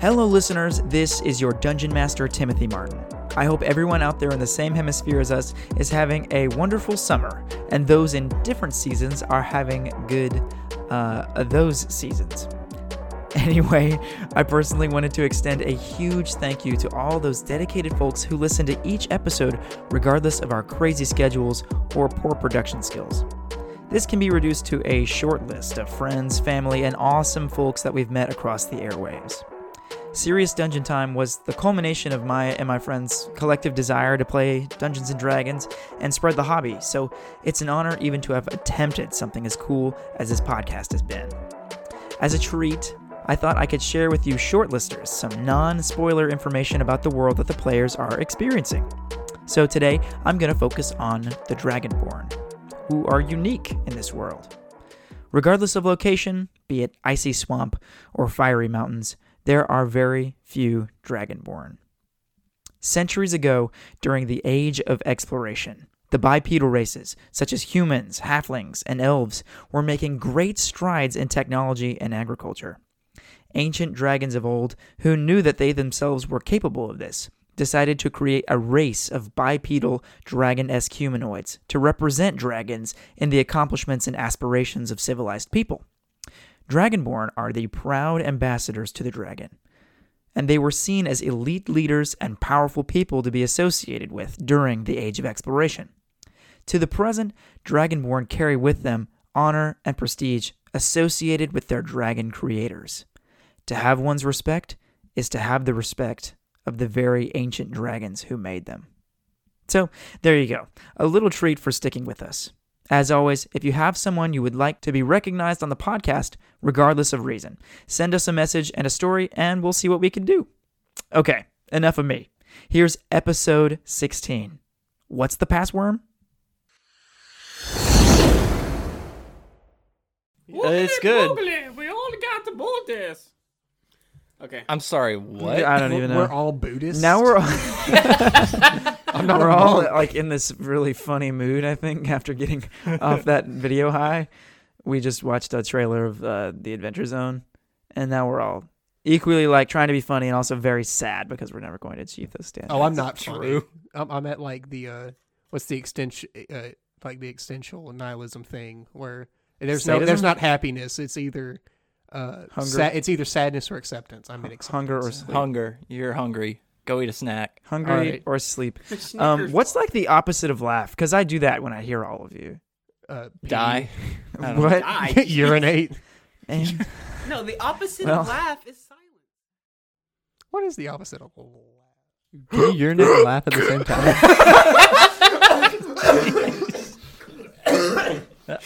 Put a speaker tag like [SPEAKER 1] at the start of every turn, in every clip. [SPEAKER 1] Hello, listeners. This is your Dungeon Master, Timothy Martin. I hope everyone out there in the same hemisphere as us is having a wonderful summer, and those in different seasons are having good, uh, those seasons. Anyway, I personally wanted to extend a huge thank you to all those dedicated folks who listen to each episode, regardless of our crazy schedules or poor production skills. This can be reduced to a short list of friends, family, and awesome folks that we've met across the airwaves. Serious Dungeon Time was the culmination of my and my friends' collective desire to play Dungeons and Dragons and spread the hobby, so it's an honor even to have attempted something as cool as this podcast has been. As a treat, I thought I could share with you shortlisters some non spoiler information about the world that the players are experiencing. So today, I'm going to focus on the Dragonborn, who are unique in this world. Regardless of location, be it icy swamp or fiery mountains, there are very few Dragonborn. Centuries ago, during the Age of Exploration, the bipedal races, such as humans, halflings, and elves, were making great strides in technology and agriculture. Ancient dragons of old, who knew that they themselves were capable of this, decided to create a race of bipedal dragon esque humanoids to represent dragons in the accomplishments and aspirations of civilized people. Dragonborn are the proud ambassadors to the dragon, and they were seen as elite leaders and powerful people to be associated with during the Age of Exploration. To the present, Dragonborn carry with them honor and prestige associated with their dragon creators. To have one's respect is to have the respect of the very ancient dragons who made them. So, there you go, a little treat for sticking with us. As always, if you have someone you would like to be recognized on the podcast, regardless of reason, send us a message and a story, and we'll see what we can do. Okay, enough of me. Here's episode 16. What's the passworm?
[SPEAKER 2] it's good.
[SPEAKER 3] Wobbly, We all got the Buddhist. Okay.
[SPEAKER 2] I'm sorry, what?
[SPEAKER 1] I don't even know.
[SPEAKER 4] We're all Buddhists.
[SPEAKER 1] now we're all, we're all like in this really funny mood. I think after getting off that video high, we just watched a trailer of uh, the Adventure Zone, and now we're all equally like trying to be funny and also very sad because we're never going to achieve those standards.
[SPEAKER 4] Oh, I'm not true.
[SPEAKER 2] True.
[SPEAKER 4] I'm, I'm at like the uh, what's the extension uh, like the existential nihilism thing where there's no
[SPEAKER 1] Sadism?
[SPEAKER 4] there's not happiness. It's either uh,
[SPEAKER 1] Hunger.
[SPEAKER 4] sa- it's either sadness or acceptance. I'm in acceptance.
[SPEAKER 1] hunger or sleep.
[SPEAKER 2] Hunger. You're hungry. Go eat a snack.
[SPEAKER 1] Hungry
[SPEAKER 4] All right.
[SPEAKER 1] or sleep. Um, what's like the opposite of laugh? Because I do that when I hear all of you.
[SPEAKER 4] uh, pee,
[SPEAKER 2] Die. I don't
[SPEAKER 1] What?
[SPEAKER 3] I,
[SPEAKER 4] urinate.
[SPEAKER 1] And-
[SPEAKER 3] no, the opposite
[SPEAKER 1] Well.
[SPEAKER 3] of laugh is silence.
[SPEAKER 4] What is the opposite of laugh?
[SPEAKER 5] Do you urinate and laugh at the same time?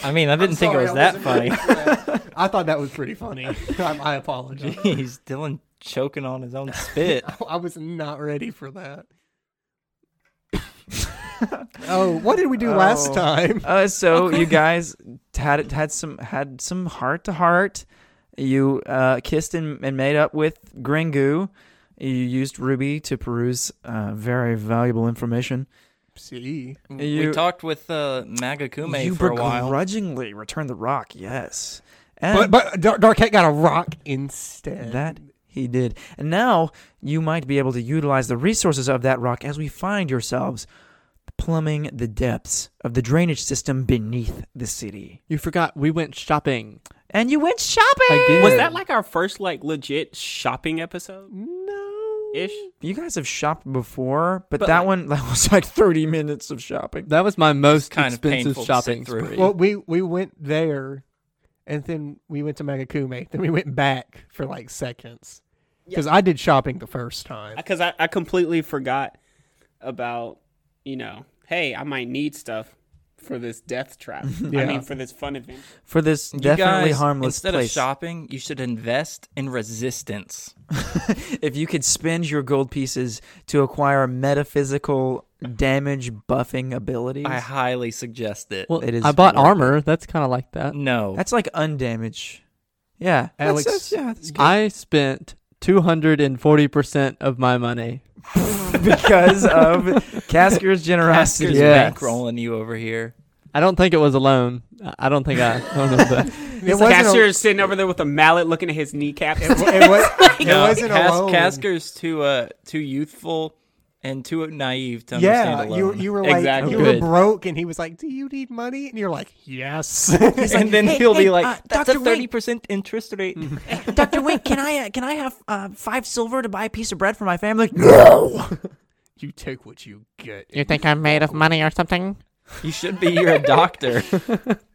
[SPEAKER 2] I mean, I didn't think it was that funny.
[SPEAKER 4] I thought that was pretty funny. I, I apologize.
[SPEAKER 2] Jeez, Dylan choking on his own spit.
[SPEAKER 4] I was not ready for that. oh, what did we do last
[SPEAKER 1] Oh.
[SPEAKER 4] time?
[SPEAKER 1] Uh, so you guys had had some had some heart to heart. You uh, kissed and, and made up with Gringu. You used Ruby to peruse uh, very valuable information.
[SPEAKER 4] See,
[SPEAKER 2] we
[SPEAKER 1] You-
[SPEAKER 2] talked with uh, Maga
[SPEAKER 1] you
[SPEAKER 2] Kume for a while.
[SPEAKER 1] begrudgingly returned the rock, yes, and
[SPEAKER 4] but but Dar- Darkette got a rock instead.
[SPEAKER 1] that he did. And now you might be able to utilize the resources of that rock as we find yourselves plumbing the depths of the drainage system beneath the city.
[SPEAKER 5] You forgot we went shopping.
[SPEAKER 1] And you went shopping.
[SPEAKER 5] Again.
[SPEAKER 3] Was that like our first like legit shopping episode?
[SPEAKER 4] no
[SPEAKER 3] Ish.
[SPEAKER 1] You guys have shopped before, but,
[SPEAKER 3] But,
[SPEAKER 1] that
[SPEAKER 3] like-
[SPEAKER 1] one that was like 30 minutes of shopping.
[SPEAKER 5] That was my most
[SPEAKER 2] kind of
[SPEAKER 5] expensive
[SPEAKER 2] painful to
[SPEAKER 5] shopping
[SPEAKER 2] sit through.
[SPEAKER 5] spree.
[SPEAKER 4] Well, we we went there, and then we went to Magakume. Then we went back for like seconds because I did shopping the first time.
[SPEAKER 3] Because I, I completely forgot about you know. Hey, I might need stuff for this death trap. I
[SPEAKER 4] Yeah.
[SPEAKER 3] mean, for this fun adventure.
[SPEAKER 1] For this
[SPEAKER 2] You
[SPEAKER 1] definitely
[SPEAKER 2] guys,
[SPEAKER 1] harmless
[SPEAKER 2] instead
[SPEAKER 1] place.
[SPEAKER 2] of shopping, you should invest in resistance.
[SPEAKER 1] if you could spend your gold pieces to acquire metaphysical damage buffing abilities,
[SPEAKER 2] Mm-hmm. I highly suggest it.
[SPEAKER 5] Well,
[SPEAKER 1] it is
[SPEAKER 5] I bought
[SPEAKER 1] worth
[SPEAKER 5] armor. That's kind of like that.
[SPEAKER 2] no.
[SPEAKER 1] that's like undamage. Yeah. that's-
[SPEAKER 4] Alex-
[SPEAKER 1] that's- yeah,
[SPEAKER 4] Mm-hmm.
[SPEAKER 1] that's good.
[SPEAKER 5] I spent 240% of my money.
[SPEAKER 1] because of Casker's generosity.
[SPEAKER 2] Asker's
[SPEAKER 5] Yes.
[SPEAKER 2] bankrolling you over here.
[SPEAKER 5] I don't think it was alone. I- I don't think I owned it, but
[SPEAKER 4] It
[SPEAKER 3] This
[SPEAKER 4] wasn't a-
[SPEAKER 3] cashier's sitting over there with a mallet looking at his kneecaps.
[SPEAKER 4] It, wa- it was, it wasn't
[SPEAKER 2] Cas-
[SPEAKER 4] alone.
[SPEAKER 2] Casker's too uh too youthful and too naive to
[SPEAKER 4] yeah,
[SPEAKER 2] understand alone.
[SPEAKER 4] you you were like
[SPEAKER 3] Exactly.
[SPEAKER 4] you
[SPEAKER 5] Good.
[SPEAKER 4] were broke, and he was like, "Do you need money?" And you're like, "Yes."
[SPEAKER 2] and then he'll be like, "That's
[SPEAKER 1] Dr.
[SPEAKER 2] a
[SPEAKER 1] Wing."
[SPEAKER 2] thirty percent interest rate."
[SPEAKER 1] Doctor Wink, can I uh, can I have uh, five silver to buy a piece of bread for my family? No.
[SPEAKER 4] you take what you get.
[SPEAKER 6] You think I'm made of money or something?
[SPEAKER 2] you should be. You're a doctor.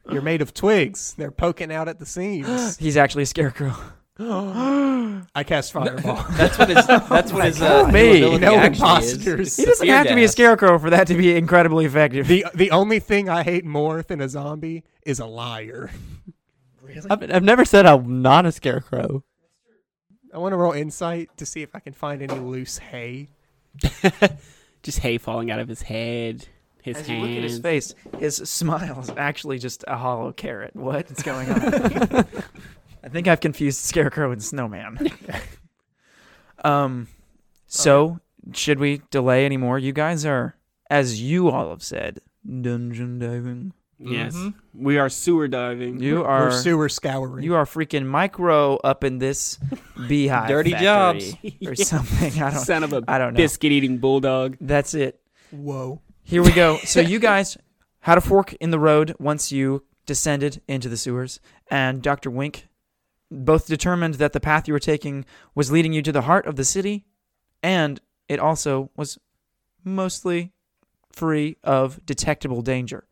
[SPEAKER 4] You're made of twigs. They're poking out at the seams.
[SPEAKER 1] He's actually a scarecrow.
[SPEAKER 4] I cast fireball.
[SPEAKER 2] That's what his. That's what his. Uh,
[SPEAKER 1] Me.
[SPEAKER 2] ability
[SPEAKER 4] no
[SPEAKER 2] actually is.
[SPEAKER 4] imposters.
[SPEAKER 1] He doesn't
[SPEAKER 2] fear
[SPEAKER 1] have to be a
[SPEAKER 2] gas.
[SPEAKER 1] scarecrow for that to be incredibly effective.
[SPEAKER 4] the the only thing I hate more than a zombie is a liar.
[SPEAKER 5] I've, I've never said I'm not a scarecrow.
[SPEAKER 4] I want to roll insight to see if I can find any loose hay.
[SPEAKER 3] Just hay falling out of his head, his
[SPEAKER 1] As you look at his
[SPEAKER 3] hands.
[SPEAKER 1] face, his smile is actually just a hollow carrot. What is going on? I think I've confused Scarecrow and Snowman. um, so should we delay anymore? You guys are, as you all have said, dungeon diving.
[SPEAKER 3] Yes,
[SPEAKER 2] Mhm.
[SPEAKER 3] we are sewer diving.
[SPEAKER 1] You
[SPEAKER 4] Or
[SPEAKER 1] are
[SPEAKER 4] sewer scouring.
[SPEAKER 1] you are freaking micro up in this beehive,
[SPEAKER 2] Dirty
[SPEAKER 1] factory
[SPEAKER 2] jobs.
[SPEAKER 1] or something. I don't.
[SPEAKER 3] Son of a
[SPEAKER 1] I don't know.
[SPEAKER 3] biscuit eating bulldog.
[SPEAKER 1] That's it.
[SPEAKER 4] Whoa.
[SPEAKER 1] Here we go. So you guys had a fork in the road once you descended into the sewers, and Dr. Wink both determined that the path you were taking was leading you to the heart of the city, and it also was mostly free of detectable danger.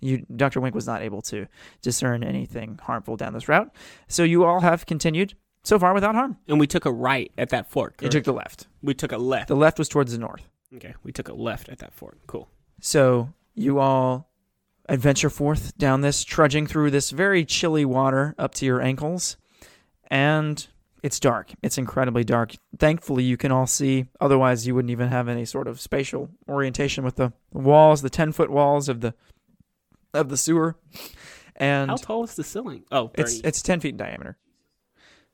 [SPEAKER 1] You, Dr. Wink was not able to discern anything harmful down this route. So you all have continued so far without harm.
[SPEAKER 3] And we took a right at that fork.
[SPEAKER 1] You
[SPEAKER 3] correct?
[SPEAKER 1] took the left.
[SPEAKER 3] we took a left.
[SPEAKER 1] The left was towards the north.
[SPEAKER 3] Okay, we took a left at that fork. Cool.
[SPEAKER 1] So you all adventure forth down this, trudging through this very chilly water up to your ankles. And it's dark. It's incredibly dark. Thankfully, you can all see. Otherwise, you wouldn't even have any sort of spatial orientation with the walls, the 10 foot walls of the of the sewer. And
[SPEAKER 3] How tall is the ceiling? Oh,
[SPEAKER 1] it's
[SPEAKER 3] 30.
[SPEAKER 1] it's 10 feet in diameter.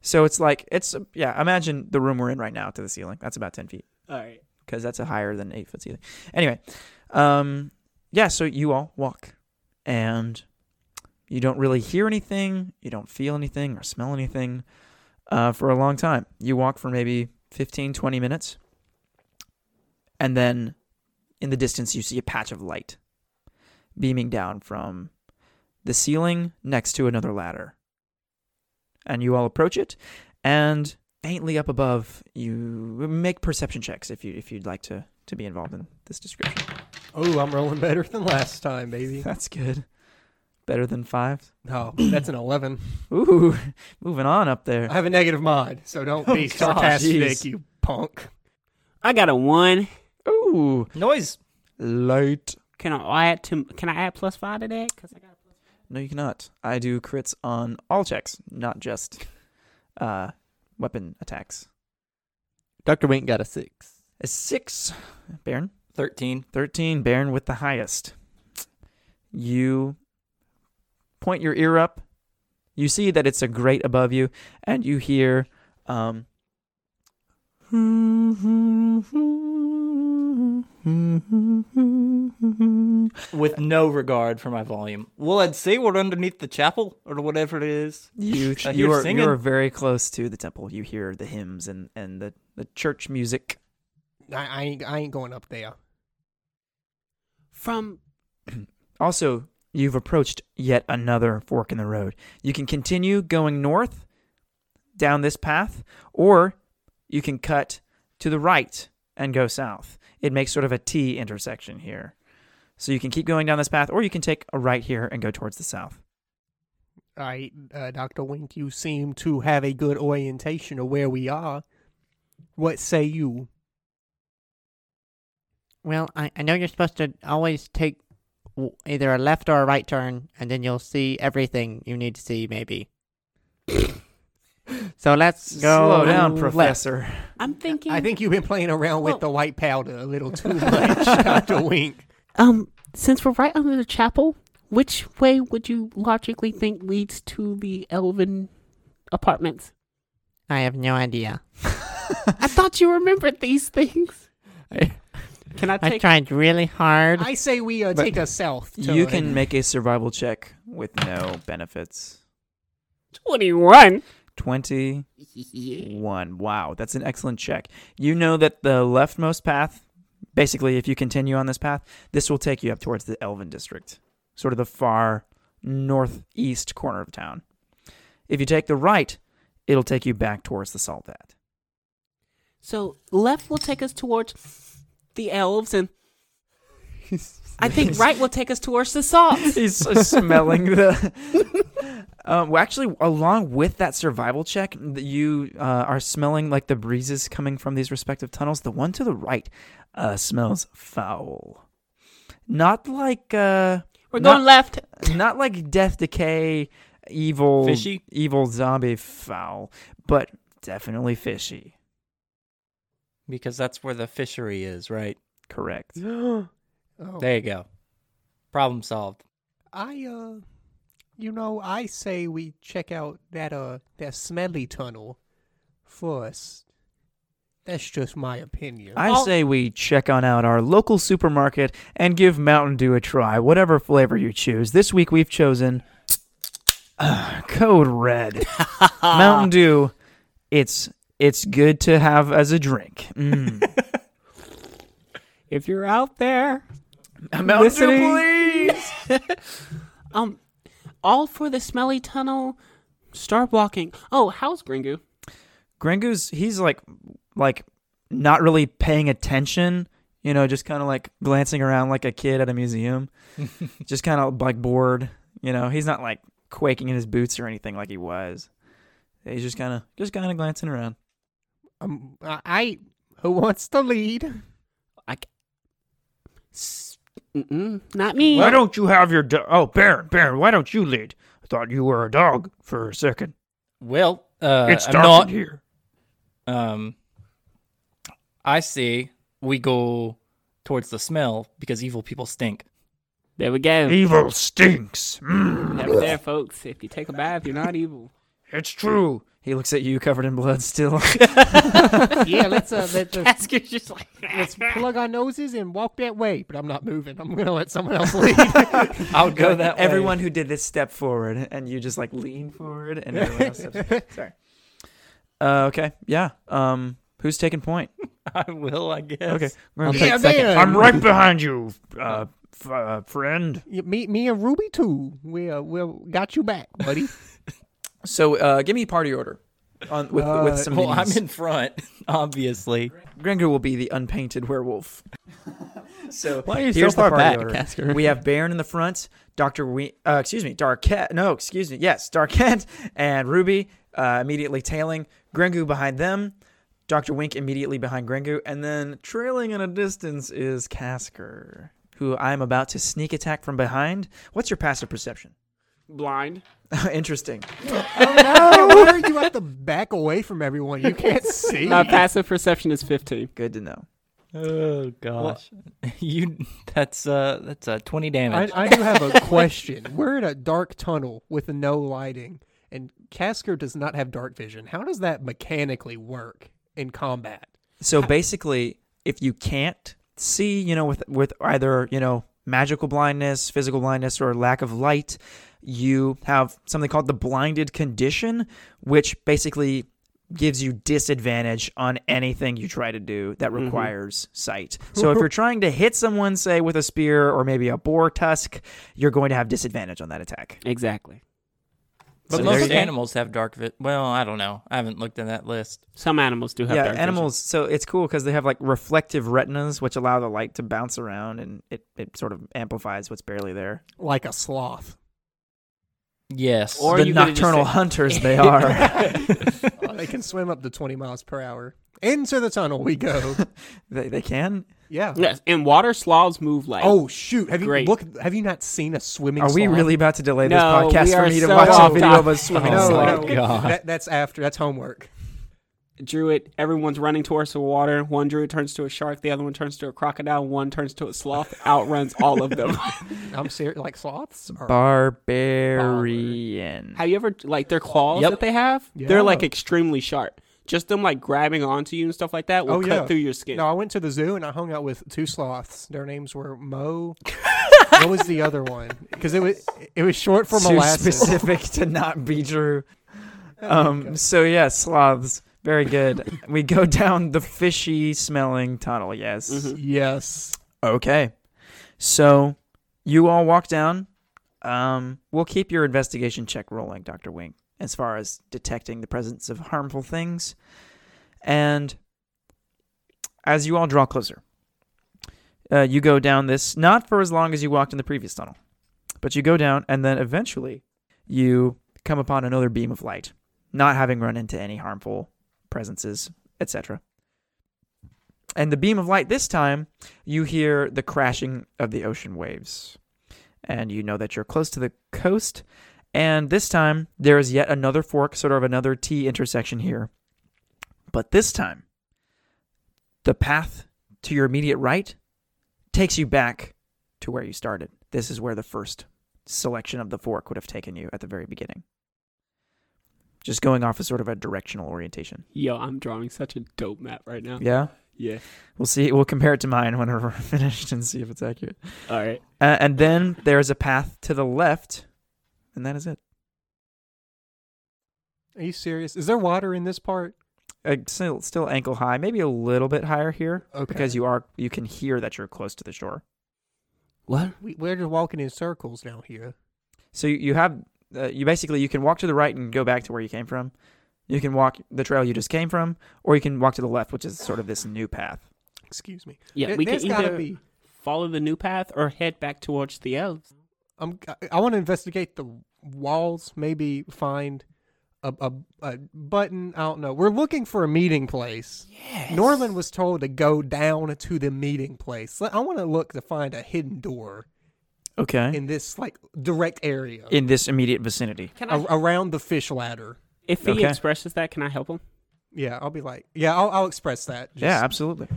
[SPEAKER 1] So it's like, it's, yeah, imagine the room we're in right now to the ceiling. That's about 10 feet
[SPEAKER 3] all right.
[SPEAKER 1] because that's a higher than eight foot ceiling. Anyway, um, yeah. So you all walk, and you don't really hear anything, you don't feel anything or smell anything uh, for a long time. You walk for maybe 15, 20 minutes, and then in the distance you see a patch of light beaming down from the ceiling next to another ladder, and you all approach it, and faintly up above you make perception checks if you if you'd like to to be involved in this description
[SPEAKER 4] Oh, I'm rolling better than last time, baby.
[SPEAKER 1] that's good better than five
[SPEAKER 4] No, that's an 11.
[SPEAKER 1] ooh moving on up there
[SPEAKER 4] I have a negative mod, so don't be
[SPEAKER 1] Oh, gosh,
[SPEAKER 4] sarcastic,
[SPEAKER 1] jeez.
[SPEAKER 4] you punk.
[SPEAKER 3] I got a one.
[SPEAKER 1] ooh
[SPEAKER 2] Noise.
[SPEAKER 1] light
[SPEAKER 3] Can I add to? Can I add plus five to that? 'Cause I got.
[SPEAKER 1] no you cannot i do crits on all checks not just uh weapon attacks
[SPEAKER 5] Dr. Wink got a six.
[SPEAKER 1] a six baron
[SPEAKER 2] Thirteen.
[SPEAKER 1] 13 Baron with the highest. You point your ear up. You see that it's a grate above you, and you hear. Um,
[SPEAKER 2] With no regard for my volume. Well, I'd say we're underneath the chapel or whatever it is.
[SPEAKER 1] you
[SPEAKER 2] I hear
[SPEAKER 1] you are,
[SPEAKER 2] singing.
[SPEAKER 1] you are very close to the temple. You hear the hymns and, and the, the church music.
[SPEAKER 4] I, I, ain't, I ain't going up there.
[SPEAKER 3] From
[SPEAKER 1] Also, you've approached yet another fork in the road. You can continue going north down this path, or you can cut to the right and go south. It makes sort of a T intersection here. So you can keep going down this path, or you can take a right here and go towards the south.
[SPEAKER 4] All right, uh, Dr. Wink, you seem to have a good orientation of where we are. What say you?
[SPEAKER 6] Well, I, I know you're supposed to always take w- either a left or a right turn, and then you'll see everything you need to see, maybe. so let's go.
[SPEAKER 1] Slow down,
[SPEAKER 6] left.
[SPEAKER 1] Professor.
[SPEAKER 3] I'm thinking.
[SPEAKER 4] I think you've been playing around with
[SPEAKER 6] Well-
[SPEAKER 4] the white powder a little too much, Dr. Wink.
[SPEAKER 7] Um, since we're right under the chapel, which way would you logically think leads to the elven apartments?
[SPEAKER 6] I have no idea.
[SPEAKER 7] I thought you remembered these things.
[SPEAKER 5] I,
[SPEAKER 3] Can I
[SPEAKER 6] I
[SPEAKER 3] take?
[SPEAKER 6] tried really hard.
[SPEAKER 4] I say we uh,
[SPEAKER 1] But
[SPEAKER 4] take us south. To
[SPEAKER 1] You
[SPEAKER 4] a-
[SPEAKER 1] can make a survival check with no benefits.
[SPEAKER 7] 21.
[SPEAKER 1] 21. Wow, that's an excellent check. You know that the leftmost path, basically, if you continue on this path, this will take you up towards the Elven District, sort of the far northeast corner of town. If you take the right, it'll take you back towards the Salvat.
[SPEAKER 7] So left will take us towards the elves, and I think right will take us towards the salt.
[SPEAKER 1] He's smelling the. Um, well, actually, along with that survival check, th- you uh, are smelling like the breezes coming from these respective tunnels. The one to the right uh, smells foul, not like uh,
[SPEAKER 7] We're
[SPEAKER 1] Not-
[SPEAKER 7] going left.
[SPEAKER 1] not like death, decay, evil,
[SPEAKER 2] Fishy?
[SPEAKER 1] evil zombie foul, but definitely fishy.
[SPEAKER 2] Because that's where the fishery is, right?
[SPEAKER 1] Correct.
[SPEAKER 4] oh,
[SPEAKER 2] There you go. Problem solved.
[SPEAKER 4] I uh, you know, I say we check out that uh that smelly tunnel first. That's just my opinion.
[SPEAKER 1] I say we check on out our local supermarket and give Mountain Dew a try, whatever flavor you choose. This week we've chosen uh, Code Red Mountain Dew. It's it's good to have as a drink. Mm.
[SPEAKER 3] If you're out there,
[SPEAKER 1] Mountain Dew, please.
[SPEAKER 7] Um, all for the smelly tunnel. Start walking. Oh, how's Gringu?
[SPEAKER 1] Gringu's he's like like not really paying attention. You know, just kind of like glancing around like a kid at a museum, just kind of like bored. You know, he's not like quaking in his boots or anything like he was. He's just kind of just kind of glancing around.
[SPEAKER 4] Um, I, I who wants to lead?
[SPEAKER 7] S- Mm-mm, not me.
[SPEAKER 8] Why don't you have your do- oh Baron Baron? Why don't you lead? I thought you were a dog for a second.
[SPEAKER 2] Well, uh,
[SPEAKER 8] it's
[SPEAKER 2] I'm
[SPEAKER 8] dark
[SPEAKER 2] not.
[SPEAKER 8] in here.
[SPEAKER 2] Um, I say we go towards the smell because evil people stink.
[SPEAKER 7] There we go.
[SPEAKER 8] Evil stinks. Mm.
[SPEAKER 3] have there, folks. If you take a bath, you're not evil.
[SPEAKER 8] It's true.
[SPEAKER 1] He looks at you covered in blood still.
[SPEAKER 4] yeah, let's uh, let's, uh,
[SPEAKER 7] Asker's just like,
[SPEAKER 4] let's plug our noses and walk that way. But I'm not moving. I'm gonna let someone else lead.
[SPEAKER 2] I'll go that way.
[SPEAKER 1] Everyone who did this step forward, and you just like lean forward, and everyone else. Steps. Sorry. Uh, okay. Yeah. Um. Who's taking point?
[SPEAKER 2] I will, I guess.
[SPEAKER 1] Okay.
[SPEAKER 6] I'll
[SPEAKER 1] Gringu.
[SPEAKER 6] take
[SPEAKER 4] Yeah,
[SPEAKER 6] second.
[SPEAKER 4] man.
[SPEAKER 8] I'm right behind you, uh, f- uh, friend.
[SPEAKER 4] Yeah, me, me and Ruby too. We uh, we got you back, buddy.
[SPEAKER 1] So, uh, give me party order. On with with
[SPEAKER 4] Uh,
[SPEAKER 1] some.
[SPEAKER 2] Well, I'm
[SPEAKER 1] minis.
[SPEAKER 2] in front, obviously.
[SPEAKER 1] Gringo will be the unpainted werewolf. so
[SPEAKER 6] Why are you so
[SPEAKER 1] here's
[SPEAKER 6] far
[SPEAKER 1] the party
[SPEAKER 6] back,
[SPEAKER 1] order.
[SPEAKER 6] Casker?
[SPEAKER 1] We have Baron in the front, Doctor We, uh, excuse me, Darkette. No, excuse me. Yes, Darkette and Ruby uh, immediately tailing Gringo behind them. Doctor Wink immediately behind Gringo, and then trailing in a distance is Casker, who I'm about to sneak attack from behind. What's your passive perception?
[SPEAKER 3] Blind.
[SPEAKER 1] Interesting.
[SPEAKER 4] oh no, you have to back away from everyone. You can't see.
[SPEAKER 3] My passive perception is 15.
[SPEAKER 1] Good to know.
[SPEAKER 2] Oh gosh, you. That's uh, that's uh, twenty
[SPEAKER 4] I,
[SPEAKER 2] damage.
[SPEAKER 4] I do have a question. We're in a dark tunnel with no lighting, and Casker does not have dark vision. How does that mechanically work in combat?
[SPEAKER 1] So basically, if you can't see, you know, with with either you know magical blindness, physical blindness, or lack of light, you have something called the blinded condition, which basically gives you disadvantage on anything you try to do that requires sight. So if you're trying to hit someone, say with a spear or maybe a boar tusk, you're going to have disadvantage on that attack.
[SPEAKER 7] exactly.
[SPEAKER 1] so
[SPEAKER 2] but
[SPEAKER 1] there
[SPEAKER 2] most
[SPEAKER 1] you go.
[SPEAKER 2] animals have dark vi- Well, I don't know. I haven't looked in that list.
[SPEAKER 7] Some animals do have
[SPEAKER 1] yeah,
[SPEAKER 7] dark vision.
[SPEAKER 1] animals. So it's cool because they have like reflective retinas, which allow the light to bounce around, and it, it sort of amplifies what's barely there.
[SPEAKER 4] Like a sloth.
[SPEAKER 2] Yes.
[SPEAKER 3] Or
[SPEAKER 1] the
[SPEAKER 3] you could've just
[SPEAKER 1] nocturnal
[SPEAKER 3] said-
[SPEAKER 1] hunters they are.
[SPEAKER 4] they can swim up to 20 miles per hour. Into the tunnel we go.
[SPEAKER 1] they, they can.
[SPEAKER 4] Yeah.
[SPEAKER 7] Yes, and water sloths move like.
[SPEAKER 4] Oh shoot! Have you
[SPEAKER 7] Great.
[SPEAKER 4] look? Have you not seen a swimming?
[SPEAKER 1] Are we
[SPEAKER 4] sloth?
[SPEAKER 1] really Oh about to delay this
[SPEAKER 7] No, we
[SPEAKER 1] podcast for
[SPEAKER 7] are
[SPEAKER 1] me to
[SPEAKER 7] so
[SPEAKER 1] watch
[SPEAKER 7] off
[SPEAKER 1] a video of
[SPEAKER 7] topic.
[SPEAKER 1] us swimming?
[SPEAKER 4] No,
[SPEAKER 1] slide?
[SPEAKER 4] no.
[SPEAKER 2] God.
[SPEAKER 4] That, that's after. That's homework.
[SPEAKER 3] Druid, everyone's running towards the water. One druid turns to a shark, the other one turns to a crocodile, one turns to a sloth, outruns all of them.
[SPEAKER 4] I'm serious. Like sloths? Are,
[SPEAKER 1] Barbarian.
[SPEAKER 3] Have you ever like their claws
[SPEAKER 2] Yep.
[SPEAKER 3] that they have?
[SPEAKER 4] Yeah.
[SPEAKER 3] They're like extremely sharp. just them like grabbing onto you and stuff like that will
[SPEAKER 4] Oh,
[SPEAKER 3] cut
[SPEAKER 4] yeah.
[SPEAKER 3] through your skin.
[SPEAKER 4] No, I went to the zoo and I hung out with two sloths. Their names were Mo. what was the other one? Because it was it was short for
[SPEAKER 1] Too
[SPEAKER 4] molasses. Oh
[SPEAKER 1] specific to not be Drew. Um, so yeah, sloths. Very good. we go down the fishy smelling tunnel. Yes.
[SPEAKER 3] Mhm.
[SPEAKER 4] Yes.
[SPEAKER 1] Okay. So you all walk down. Um, we'll keep your investigation check rolling, Dr. Wing, as far as detecting the presence of harmful things. And as you all draw closer, uh, you go down this, not for as long as you walked in the previous tunnel, but you go down, and then eventually you come upon another beam of light, not having run into any harmful presences, etc. And the beam of light this time you hear the crashing of the ocean waves. And you know that you're close to the coast. And this time, there is yet another fork, sort of another T intersection here. But this time, the path to your immediate right takes you back to where you started. This is where the first selection of the fork would have taken you at the very beginning. Just going off of sort of a directional orientation.
[SPEAKER 3] Yo, I'm drawing such a dope map right now.
[SPEAKER 1] Yeah?
[SPEAKER 3] Yeah.
[SPEAKER 1] We'll see. We'll compare it to mine whenever we're finished and see if it's accurate.
[SPEAKER 3] All right.
[SPEAKER 1] Uh, and then there's a path to the left, and that is it.
[SPEAKER 4] Are you serious? Is there water in this part?
[SPEAKER 1] Uh, still, still ankle high, maybe a little bit higher here
[SPEAKER 4] Okay.
[SPEAKER 1] because you are you can hear that you're close to the shore.
[SPEAKER 3] What?
[SPEAKER 4] we, we're just walking in circles now here.
[SPEAKER 1] So you, you have uh, you basically you can walk to the right and go back to where you came from. You can walk the trail you just came from, or you can walk to the left, which is sort of this new path.
[SPEAKER 4] Excuse me.
[SPEAKER 7] Yeah,
[SPEAKER 4] There-
[SPEAKER 7] we can
[SPEAKER 4] there's gotta
[SPEAKER 7] either-
[SPEAKER 4] be.
[SPEAKER 7] Follow the new path or head back towards the elves.
[SPEAKER 4] I'm, I, want to investigate the walls. Maybe find a, a a button. I don't know. We're looking for a meeting place. Norman was told to go down to the meeting place. I want to look to find a hidden door
[SPEAKER 1] Okay. In,
[SPEAKER 4] in this like direct area
[SPEAKER 1] this immediate vicinity.
[SPEAKER 7] Can I?
[SPEAKER 4] a- around the fish ladder.
[SPEAKER 3] If he
[SPEAKER 1] Okay.
[SPEAKER 3] expresses that, can I help him?
[SPEAKER 4] Yeah, I'll be like, yeah, I'll, I'll express that. Just-
[SPEAKER 1] yeah, absolutely.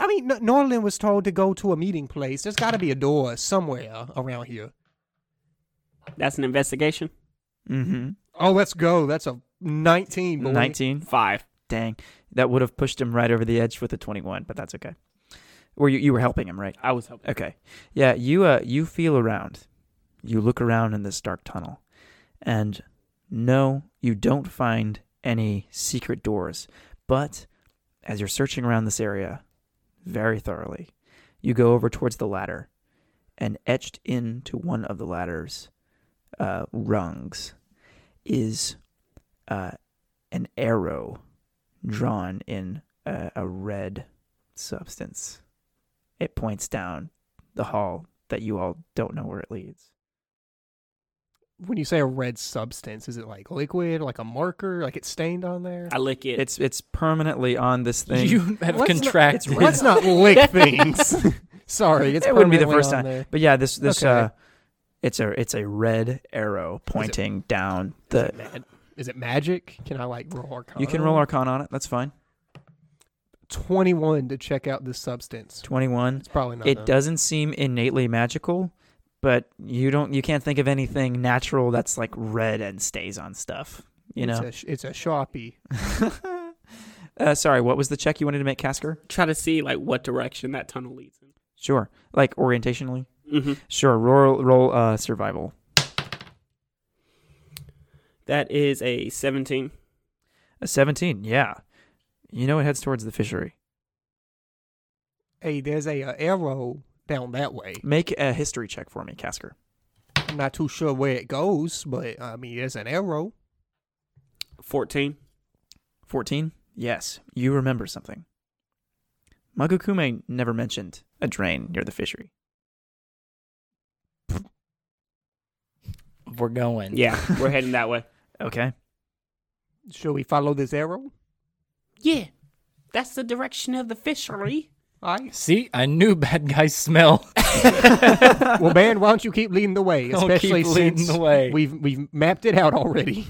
[SPEAKER 4] I mean, N- Norland was told to go to a meeting place. There's got to be a door somewhere around here.
[SPEAKER 3] That's an investigation.
[SPEAKER 1] Mm-hmm.
[SPEAKER 4] Oh, let's go. That's a 19, boy.
[SPEAKER 1] Nineteen.
[SPEAKER 3] Five.
[SPEAKER 1] Dang, that would have pushed him right over the edge with a twenty-one, but that's okay. Or you you were helping him, right?
[SPEAKER 3] I was helping.
[SPEAKER 1] Okay. Yeah, you uh you feel around. You look around in this dark tunnel. And no, you don't find any secret doors. But as you're searching around this area very thoroughly, you go over towards the ladder and etched into one of the ladder's uh, rungs is uh, an arrow drawn in a, a red substance it points down the hall that you all don't know where it leads.
[SPEAKER 4] When you say a red substance, is it like liquid, like a marker, like it's stained on there?
[SPEAKER 3] I lick it.
[SPEAKER 1] It's it's permanently on this thing.
[SPEAKER 2] You have
[SPEAKER 4] Let's not-
[SPEAKER 2] contracted.
[SPEAKER 4] Let's not lick things. Sorry, it's
[SPEAKER 1] It wouldn't be the
[SPEAKER 4] permanently
[SPEAKER 1] first time.
[SPEAKER 4] on there.
[SPEAKER 1] but yeah, this this
[SPEAKER 4] Okay.
[SPEAKER 1] uh it's a it's a red arrow pointing down the
[SPEAKER 4] is, it mag- is it magic? Can I like roll Arcana?
[SPEAKER 1] You can roll arcana on it. That's fine.
[SPEAKER 4] 21 to check out this substance.
[SPEAKER 1] 21.
[SPEAKER 4] It's probably not.
[SPEAKER 1] it
[SPEAKER 4] none.
[SPEAKER 1] doesn't seem innately magical, but you don't you can't think of anything natural that's like red and stays on stuff, you
[SPEAKER 4] It's
[SPEAKER 1] know.
[SPEAKER 4] a, sh- it's a Sharpie.
[SPEAKER 1] uh, sorry, what was the check you wanted to make, Casker?
[SPEAKER 3] Try to see like what direction that tunnel leads in.
[SPEAKER 1] Sure. Like orientationally?
[SPEAKER 3] hmm
[SPEAKER 1] Sure. Roll roll uh survival.
[SPEAKER 3] That is a seventeen.
[SPEAKER 1] A 17, yeah. You know it heads towards the fishery.
[SPEAKER 4] Hey, there's a uh, arrow down that way.
[SPEAKER 1] Make a history check for me, Casker.
[SPEAKER 4] I'm not too sure where it goes, but I mean, there's an arrow.
[SPEAKER 3] Fourteen.
[SPEAKER 1] 14? Yes, you remember something. Magukume never mentioned a drain near the fishery.
[SPEAKER 2] We're going.
[SPEAKER 3] Yeah, we're heading that way.
[SPEAKER 1] Okay.
[SPEAKER 4] Should we follow this arrow?
[SPEAKER 7] Yeah, that's the direction of the fishery.
[SPEAKER 4] I
[SPEAKER 2] See, I knew bad guys smell.
[SPEAKER 4] well, man, why don't you keep leading the way,
[SPEAKER 2] I'll keep
[SPEAKER 4] especially
[SPEAKER 2] leading
[SPEAKER 4] since
[SPEAKER 2] the way.
[SPEAKER 4] we've we've mapped it out already.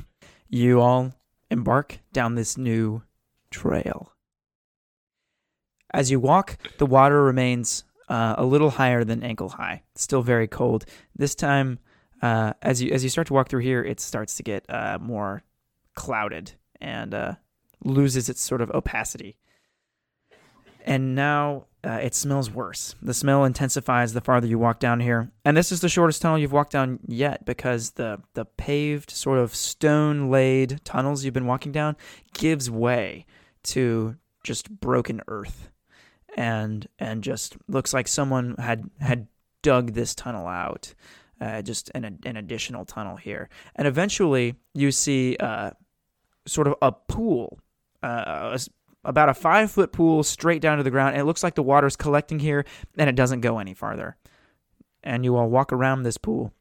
[SPEAKER 1] You all embark down this new trail. As you walk, the water remains uh, a little higher than ankle high. Still very cold. This time, uh, as you as you start to walk through here, it starts to get uh, more clouded and uh, loses its sort of opacity. And now uh, it smells worse. The smell intensifies the farther you walk down here. And this is the shortest tunnel you've walked down yet because the, the paved, sort of stone laid tunnels you've been walking down gives way to just broken earth and and just looks like someone had had dug this tunnel out uh, just an, an additional tunnel here and eventually you see uh, sort of a pool uh, a s- about a five foot pool straight down to the ground and it looks like the water's collecting here and it doesn't go any farther and you all walk around this pool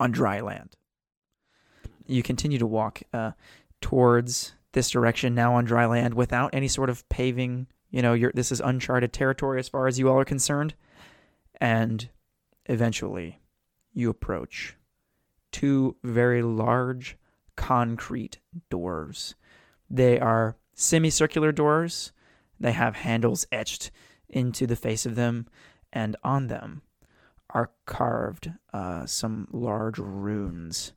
[SPEAKER 1] on dry land you continue to walk uh, towards this direction now on dry land without any sort of paving you know you're, this is uncharted territory as far as you all are concerned and eventually you approach two very large concrete doors they are semicircular doors they have handles etched into the face of them and on them are carved uh, some large runes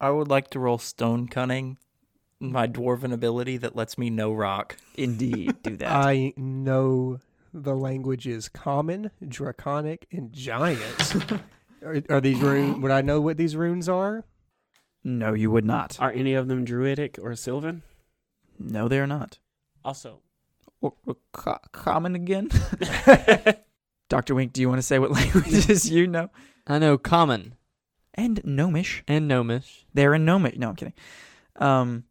[SPEAKER 2] I would like to roll stone cunning, my dwarven ability that lets me know rock.
[SPEAKER 1] indeed do that
[SPEAKER 4] I know the language is common, draconic, and giant. are, are these runes? Would I know what these runes are?
[SPEAKER 1] no you would not
[SPEAKER 3] Are any of them druidic or sylvan?
[SPEAKER 1] no they are not
[SPEAKER 3] Also,
[SPEAKER 1] Or- or co- common again dr wink do you want to say what languages you know
[SPEAKER 5] I know common
[SPEAKER 1] and gnomish
[SPEAKER 5] and gnomish.
[SPEAKER 1] They're in Gnomish. No, I'm kidding. Um,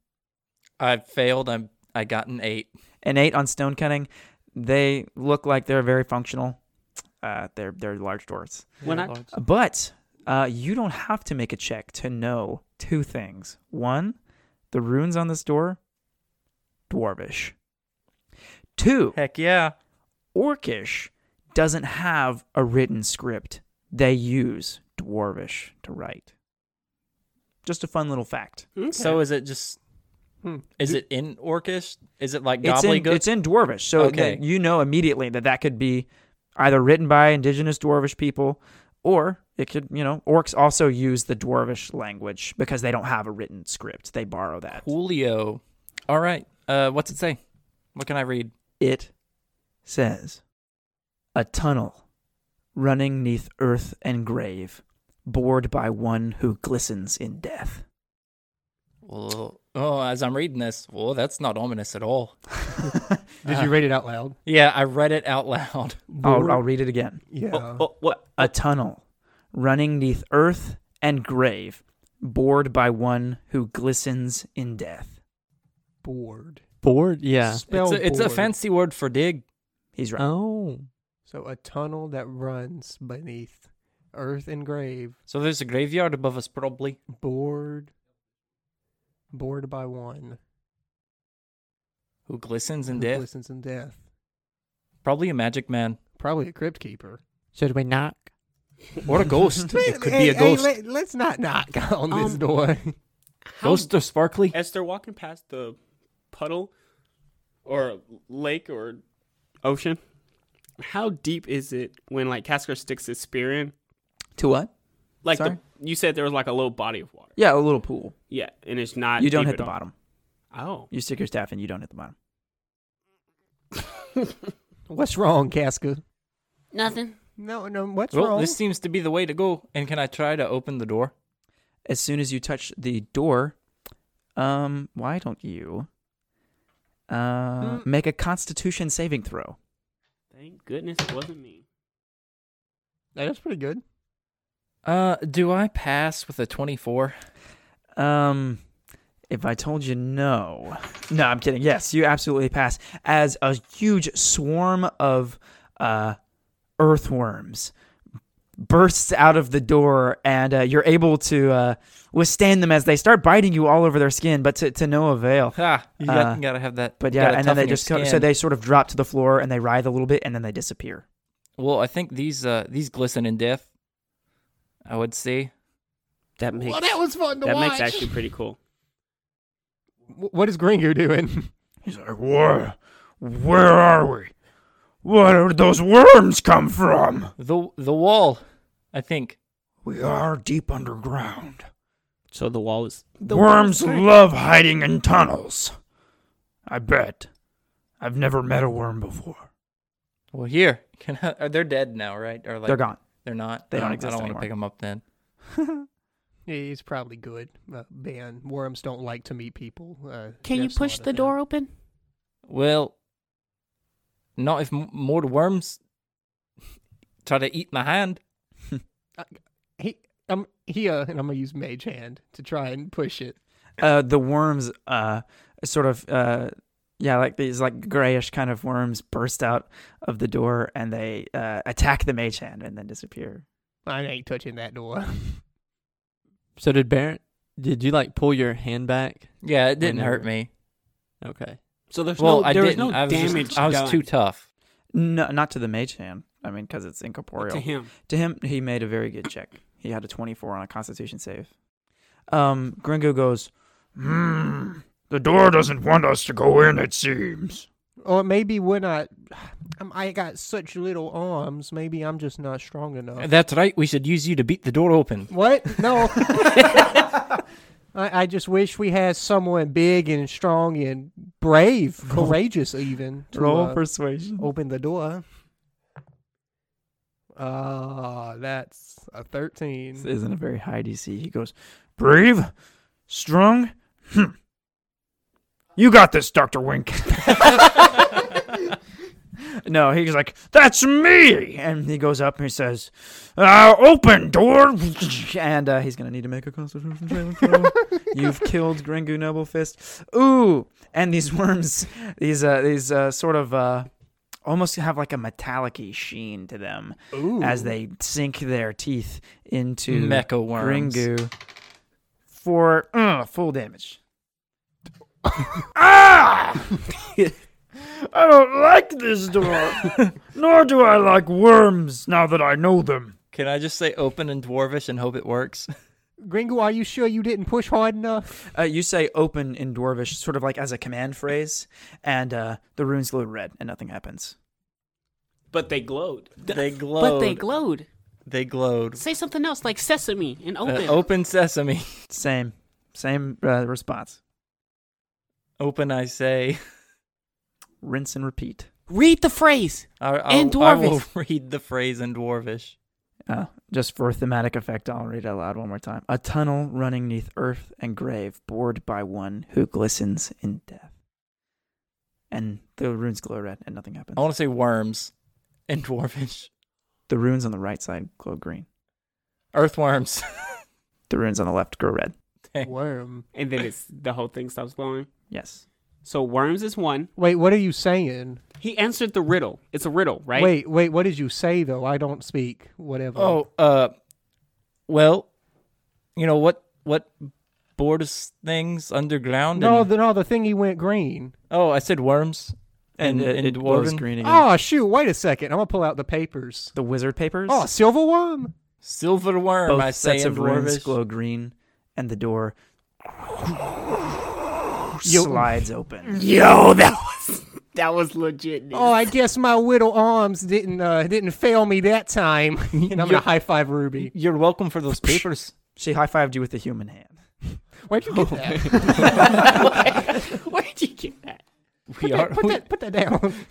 [SPEAKER 2] I failed. I'm. I got an eight.
[SPEAKER 1] an eight on stone cutting. They look like they're very functional. Uh, they're they're large doors,
[SPEAKER 3] When I-
[SPEAKER 5] Large.
[SPEAKER 1] but uh, you don't have to make a check to know two things. One, the runes on this door, dwarvish. Two,
[SPEAKER 2] Heck yeah.
[SPEAKER 1] orcish doesn't have a written script. They use dwarvish to write. Just a fun little fact.
[SPEAKER 2] So
[SPEAKER 1] uh,
[SPEAKER 2] is it just?
[SPEAKER 4] Hmm.
[SPEAKER 2] Is it in Orcish? Is it like
[SPEAKER 1] it's in,
[SPEAKER 2] gobbledygook?
[SPEAKER 1] it's in Dwarvish, so
[SPEAKER 2] Okay.
[SPEAKER 1] that you know immediately that that could be either written by indigenous Dwarvish people, or it could, you know, orcs also use the Dwarvish language because they don't have a written script; they borrow that.
[SPEAKER 2] Julio. All right. Uh, what's it say? What can I read?
[SPEAKER 1] It says, "A tunnel running neath earth and grave, bored by one who glistens in death."
[SPEAKER 2] Well, oh, as I'm reading this, well, that's not ominous at all.
[SPEAKER 4] Did
[SPEAKER 5] Uh,
[SPEAKER 4] you read it out loud?
[SPEAKER 2] Yeah, I read it out loud.
[SPEAKER 4] Oh,
[SPEAKER 1] I'll, I'll read it again.
[SPEAKER 4] Yeah.
[SPEAKER 3] Oh,
[SPEAKER 1] what? A tunnel running neath earth and grave, bored by one who glistens in death.
[SPEAKER 4] Board.
[SPEAKER 5] Bored? Yeah.
[SPEAKER 2] It's
[SPEAKER 4] Spell
[SPEAKER 2] a, it's a
[SPEAKER 4] board.
[SPEAKER 2] fancy word for dig.
[SPEAKER 1] He's right.
[SPEAKER 5] Oh.
[SPEAKER 4] So a tunnel that runs beneath earth and grave,
[SPEAKER 2] So there's a graveyard above us, probably.
[SPEAKER 4] bored, bored by one
[SPEAKER 2] Who glistens in
[SPEAKER 4] who
[SPEAKER 2] death?
[SPEAKER 4] glistens in death.
[SPEAKER 2] Probably a magic man
[SPEAKER 4] Probably a crypt keeper.
[SPEAKER 6] Should we knock?
[SPEAKER 2] or a ghost. it could be a ghost.
[SPEAKER 4] let, us not knock on this
[SPEAKER 3] Um,
[SPEAKER 4] door.
[SPEAKER 3] how,
[SPEAKER 2] Ghosts are sparkly.
[SPEAKER 3] as they're walking past the puddle or lake or ocean, how deep is it when like Casker sticks his spear in?
[SPEAKER 1] To what?
[SPEAKER 3] Like the,
[SPEAKER 1] Sorry?
[SPEAKER 3] you said, there was like a little body of water.
[SPEAKER 1] Yeah, a little pool.
[SPEAKER 3] Yeah, and it's not.
[SPEAKER 1] You don't hit
[SPEAKER 3] deep at
[SPEAKER 1] the
[SPEAKER 3] all.
[SPEAKER 1] bottom.
[SPEAKER 3] Oh,
[SPEAKER 1] You stick your staff in, you don't hit the bottom.
[SPEAKER 3] Oh.
[SPEAKER 4] What's wrong, Casca?
[SPEAKER 7] Nothing.
[SPEAKER 4] No, no. What's
[SPEAKER 2] Well,
[SPEAKER 4] wrong?
[SPEAKER 2] this seems to be the way to go. And can I try to open the door?
[SPEAKER 1] As soon as you touch the door, um, why don't you uh,
[SPEAKER 4] Hmm.
[SPEAKER 1] make a constitution saving throw?
[SPEAKER 3] thank goodness it wasn't me.
[SPEAKER 4] That's pretty good.
[SPEAKER 2] Uh, do I pass with a 24?
[SPEAKER 1] Um, if I told you no, no, I'm kidding. Yes, you absolutely pass. As a huge swarm of uh, earthworms bursts out of the door, and uh, you're able to uh, withstand them as they start biting you all over their skin, but to, to no avail.
[SPEAKER 2] Ha! You
[SPEAKER 1] Uh,
[SPEAKER 2] got, gotta have that.
[SPEAKER 1] But
[SPEAKER 2] you
[SPEAKER 1] yeah,
[SPEAKER 2] gotta
[SPEAKER 1] and then they
[SPEAKER 2] toughen your
[SPEAKER 1] just co- so
[SPEAKER 2] skin.
[SPEAKER 1] they sort of drop to the floor and they writhe a little bit, and then they disappear.
[SPEAKER 2] Well, I think these uh these glisten in death. I would say.
[SPEAKER 7] That makes
[SPEAKER 4] Well, that was fun to
[SPEAKER 3] that
[SPEAKER 4] watch.
[SPEAKER 3] makes actually pretty cool.
[SPEAKER 4] W- What is Gringo doing?
[SPEAKER 8] He's like, where, where are we? Where did those worms come from?
[SPEAKER 2] The the wall, I think.
[SPEAKER 8] We are deep underground.
[SPEAKER 3] So the wall is
[SPEAKER 8] Worms love hiding in tunnels. I bet. I've never met a worm before.
[SPEAKER 2] Well, here. Can I, are they're dead now, right? Or like
[SPEAKER 1] They're gone.
[SPEAKER 2] They're not.
[SPEAKER 1] They don't
[SPEAKER 2] I
[SPEAKER 1] exist
[SPEAKER 2] I don't want
[SPEAKER 1] anymore.
[SPEAKER 2] to pick them up then.
[SPEAKER 4] Yeah, He's probably good. Uh, man, worms don't like to meet people. Uh,
[SPEAKER 7] Can
[SPEAKER 4] they're
[SPEAKER 7] you push
[SPEAKER 4] smarter
[SPEAKER 7] the
[SPEAKER 4] than-
[SPEAKER 7] door open?
[SPEAKER 2] Well, not if m- more worms try to eat my hand.
[SPEAKER 4] He, I'm here, and I'm gonna use mage hand to try and push it.
[SPEAKER 1] Uh, the worms, uh, sort of, uh, yeah, like these like grayish kind of worms burst out of the door and they uh, attack the mage hand and then disappear.
[SPEAKER 4] I ain't touching that door.
[SPEAKER 5] So did Baron? Did you like pull your hand back?
[SPEAKER 2] Yeah, it didn't hurt
[SPEAKER 5] never-
[SPEAKER 2] me.
[SPEAKER 5] Okay.
[SPEAKER 3] So there's
[SPEAKER 2] well,
[SPEAKER 3] no,
[SPEAKER 2] I
[SPEAKER 3] there was
[SPEAKER 2] didn't.
[SPEAKER 3] no
[SPEAKER 2] I was just-
[SPEAKER 3] damage
[SPEAKER 2] I was
[SPEAKER 3] done
[SPEAKER 2] too tough.
[SPEAKER 1] No, not to the mage hand. I mean, because it's incorporeal.
[SPEAKER 3] to him.
[SPEAKER 1] To him, he made a very good check. He had a 24 on a Constitution save. Um, Gringo goes,
[SPEAKER 8] Hmm. The door doesn't want us to go in, it seems.
[SPEAKER 4] or maybe we're not. I'm, I got such little arms. Maybe I'm just not strong enough.
[SPEAKER 2] Oh. That's right. We should use you to beat the door open.
[SPEAKER 4] What? No. I, I just wish we had someone big and strong and brave, courageous even to
[SPEAKER 1] "Roll
[SPEAKER 4] uh,
[SPEAKER 1] persuasion."
[SPEAKER 4] open the door. Uh, that's a thirteen.
[SPEAKER 1] This isn't a very high DC. He goes, hmm.
[SPEAKER 8] Brave? Strong? Hm. You got this, Dr. Wink.
[SPEAKER 1] "No." He's like,
[SPEAKER 8] That's me!
[SPEAKER 1] and he goes up and he says,
[SPEAKER 8] Uh, open door!
[SPEAKER 1] and uh, he's gonna need to make a Constitution saving throw. You've killed Gringo Noble Fist. Ooh, and these worms, these uh, these uh, sort of uh, almost have like a metallic-y sheen to them as they sink their teeth into
[SPEAKER 2] Mecha worms.
[SPEAKER 1] Gringo for uh, full damage.
[SPEAKER 8] Ah! I don't like this door. Nor do I like worms now that I know them.
[SPEAKER 2] Can I just say open and dwarvish and hope it works?
[SPEAKER 4] Gringo, are you sure you didn't push hard enough?
[SPEAKER 1] Uh, you say open in Dwarvish, sort of like as a command phrase, and uh, the runes glow red, and nothing happens.
[SPEAKER 3] But they glowed.
[SPEAKER 2] They glowed.
[SPEAKER 7] But they glowed.
[SPEAKER 2] They glowed.
[SPEAKER 7] Say something else like sesame and
[SPEAKER 2] Uh,
[SPEAKER 7] open.
[SPEAKER 2] open sesame.
[SPEAKER 1] Same, same uh, response.
[SPEAKER 2] Open, I say.
[SPEAKER 1] Rinse and repeat.
[SPEAKER 7] Read the phrase.
[SPEAKER 2] I, I,
[SPEAKER 7] And
[SPEAKER 2] I will read the phrase in dwarvish.
[SPEAKER 1] Uh, just for thematic effect, I'll read it aloud one more time. A tunnel running neath earth and grave, bored by one who glistens in death. And the runes glow red, and nothing happens.
[SPEAKER 2] I want to say worms in dwarvish.
[SPEAKER 1] The runes on the right side glow green.
[SPEAKER 2] Earthworms.
[SPEAKER 1] The runes on the left grow red.
[SPEAKER 2] Dang.
[SPEAKER 4] Worm.
[SPEAKER 3] And then it's the whole thing stops glowing.
[SPEAKER 1] Yes.
[SPEAKER 3] So worms is one.
[SPEAKER 4] Wait, what are you saying?
[SPEAKER 3] He answered the riddle. It's a riddle, right?
[SPEAKER 4] Wait, wait, what did you say though? I don't speak. Whatever.
[SPEAKER 2] Oh, uh, well, you know what? What borders things underground?
[SPEAKER 4] no,
[SPEAKER 2] and-
[SPEAKER 4] the, no, the thingy went green.
[SPEAKER 2] oh, I said worms and,
[SPEAKER 1] it,
[SPEAKER 2] and,
[SPEAKER 1] it glows
[SPEAKER 2] dwarven
[SPEAKER 1] green again.
[SPEAKER 4] Oh shoot! Wait a second. I'm gonna pull out the papers.
[SPEAKER 1] The wizard papers.
[SPEAKER 4] Oh, silver worm.
[SPEAKER 2] silver worm.
[SPEAKER 1] both
[SPEAKER 2] I say
[SPEAKER 1] sets
[SPEAKER 2] in
[SPEAKER 1] of runes
[SPEAKER 2] dwarvish.
[SPEAKER 1] glow green, and the door
[SPEAKER 4] Yo-
[SPEAKER 1] slides open.
[SPEAKER 3] Yo, that was that was legit.
[SPEAKER 4] Oh, I guess my widow arms didn't uh, didn't fail me that time. and I'm
[SPEAKER 2] Yo-
[SPEAKER 4] gonna high five Ruby.
[SPEAKER 2] You're welcome for those papers.
[SPEAKER 1] She high fived you with the human hand.
[SPEAKER 4] Where'd you get that?
[SPEAKER 3] Oh, Where'd you get that?
[SPEAKER 2] we
[SPEAKER 4] Put
[SPEAKER 2] are.
[SPEAKER 4] that, put
[SPEAKER 2] we-
[SPEAKER 4] that, put that down.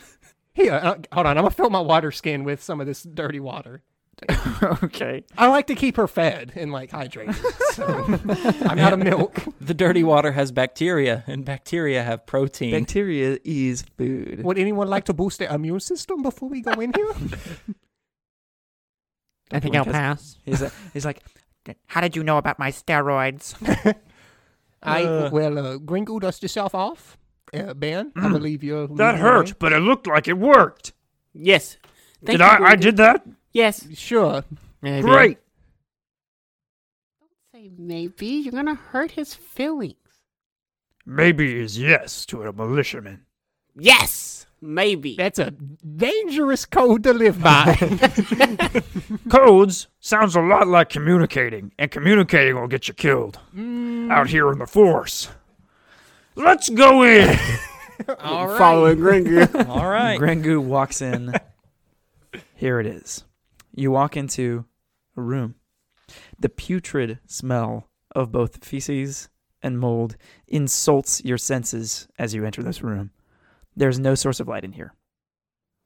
[SPEAKER 4] Here, uh, hold on. I'm gonna fill my water skin with some of this dirty water.
[SPEAKER 1] okay.
[SPEAKER 4] I like to keep her fed and like hydrated. So I'm out of milk.
[SPEAKER 2] the dirty water has bacteria, and bacteria have protein.
[SPEAKER 1] Bacteria is food.
[SPEAKER 4] Would anyone like to boost their immune system before we go in here?
[SPEAKER 6] I think
[SPEAKER 1] Wink
[SPEAKER 6] I'll
[SPEAKER 1] has-
[SPEAKER 6] pass.
[SPEAKER 1] He's like, he's like,
[SPEAKER 6] How did you know about my steroids?
[SPEAKER 4] I
[SPEAKER 2] Uh.
[SPEAKER 4] well, uh, Gringo, dust yourself off. Uh, ben, I believe you're
[SPEAKER 8] That
[SPEAKER 4] leading the
[SPEAKER 8] hurt, but it looked like it worked.
[SPEAKER 7] Yes. Thank
[SPEAKER 8] did
[SPEAKER 7] you,
[SPEAKER 8] I? I
[SPEAKER 7] Gringo.
[SPEAKER 8] did that?
[SPEAKER 7] Yes.
[SPEAKER 4] way. Sure.
[SPEAKER 6] Maybe.
[SPEAKER 8] Great.
[SPEAKER 7] Say maybe you're gonna hurt his feelings.
[SPEAKER 8] Maybe is yes to a militiaman.
[SPEAKER 7] Yes. Maybe.
[SPEAKER 4] That's a dangerous code to live by.
[SPEAKER 8] Codes sounds a lot like communicating, and communicating will get you killed
[SPEAKER 4] Mm.
[SPEAKER 8] out here in the force. Let's go in.
[SPEAKER 4] All right.
[SPEAKER 3] Following Gringo.
[SPEAKER 2] All right.
[SPEAKER 1] Grangu walks in. Here it is. You walk into a room. The putrid smell of both feces and mold insults your senses as you enter this room. There's no source of light in here.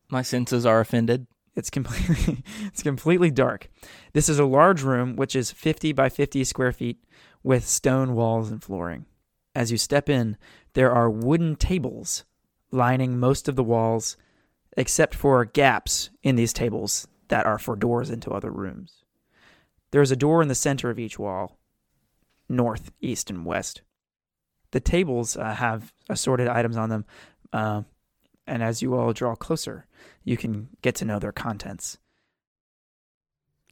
[SPEAKER 2] My senses are offended.
[SPEAKER 1] It's completely it's completely dark. This is a large room which is 50 by 50 square feet with stone walls and flooring. As you step in, there are wooden tables lining most of the walls except for gaps in these tables that are for doors into other rooms. There is a door in the center of each wall, north, east, and west. The tables uh, have assorted items on them, uh, and as you all draw closer, you can get to know their contents.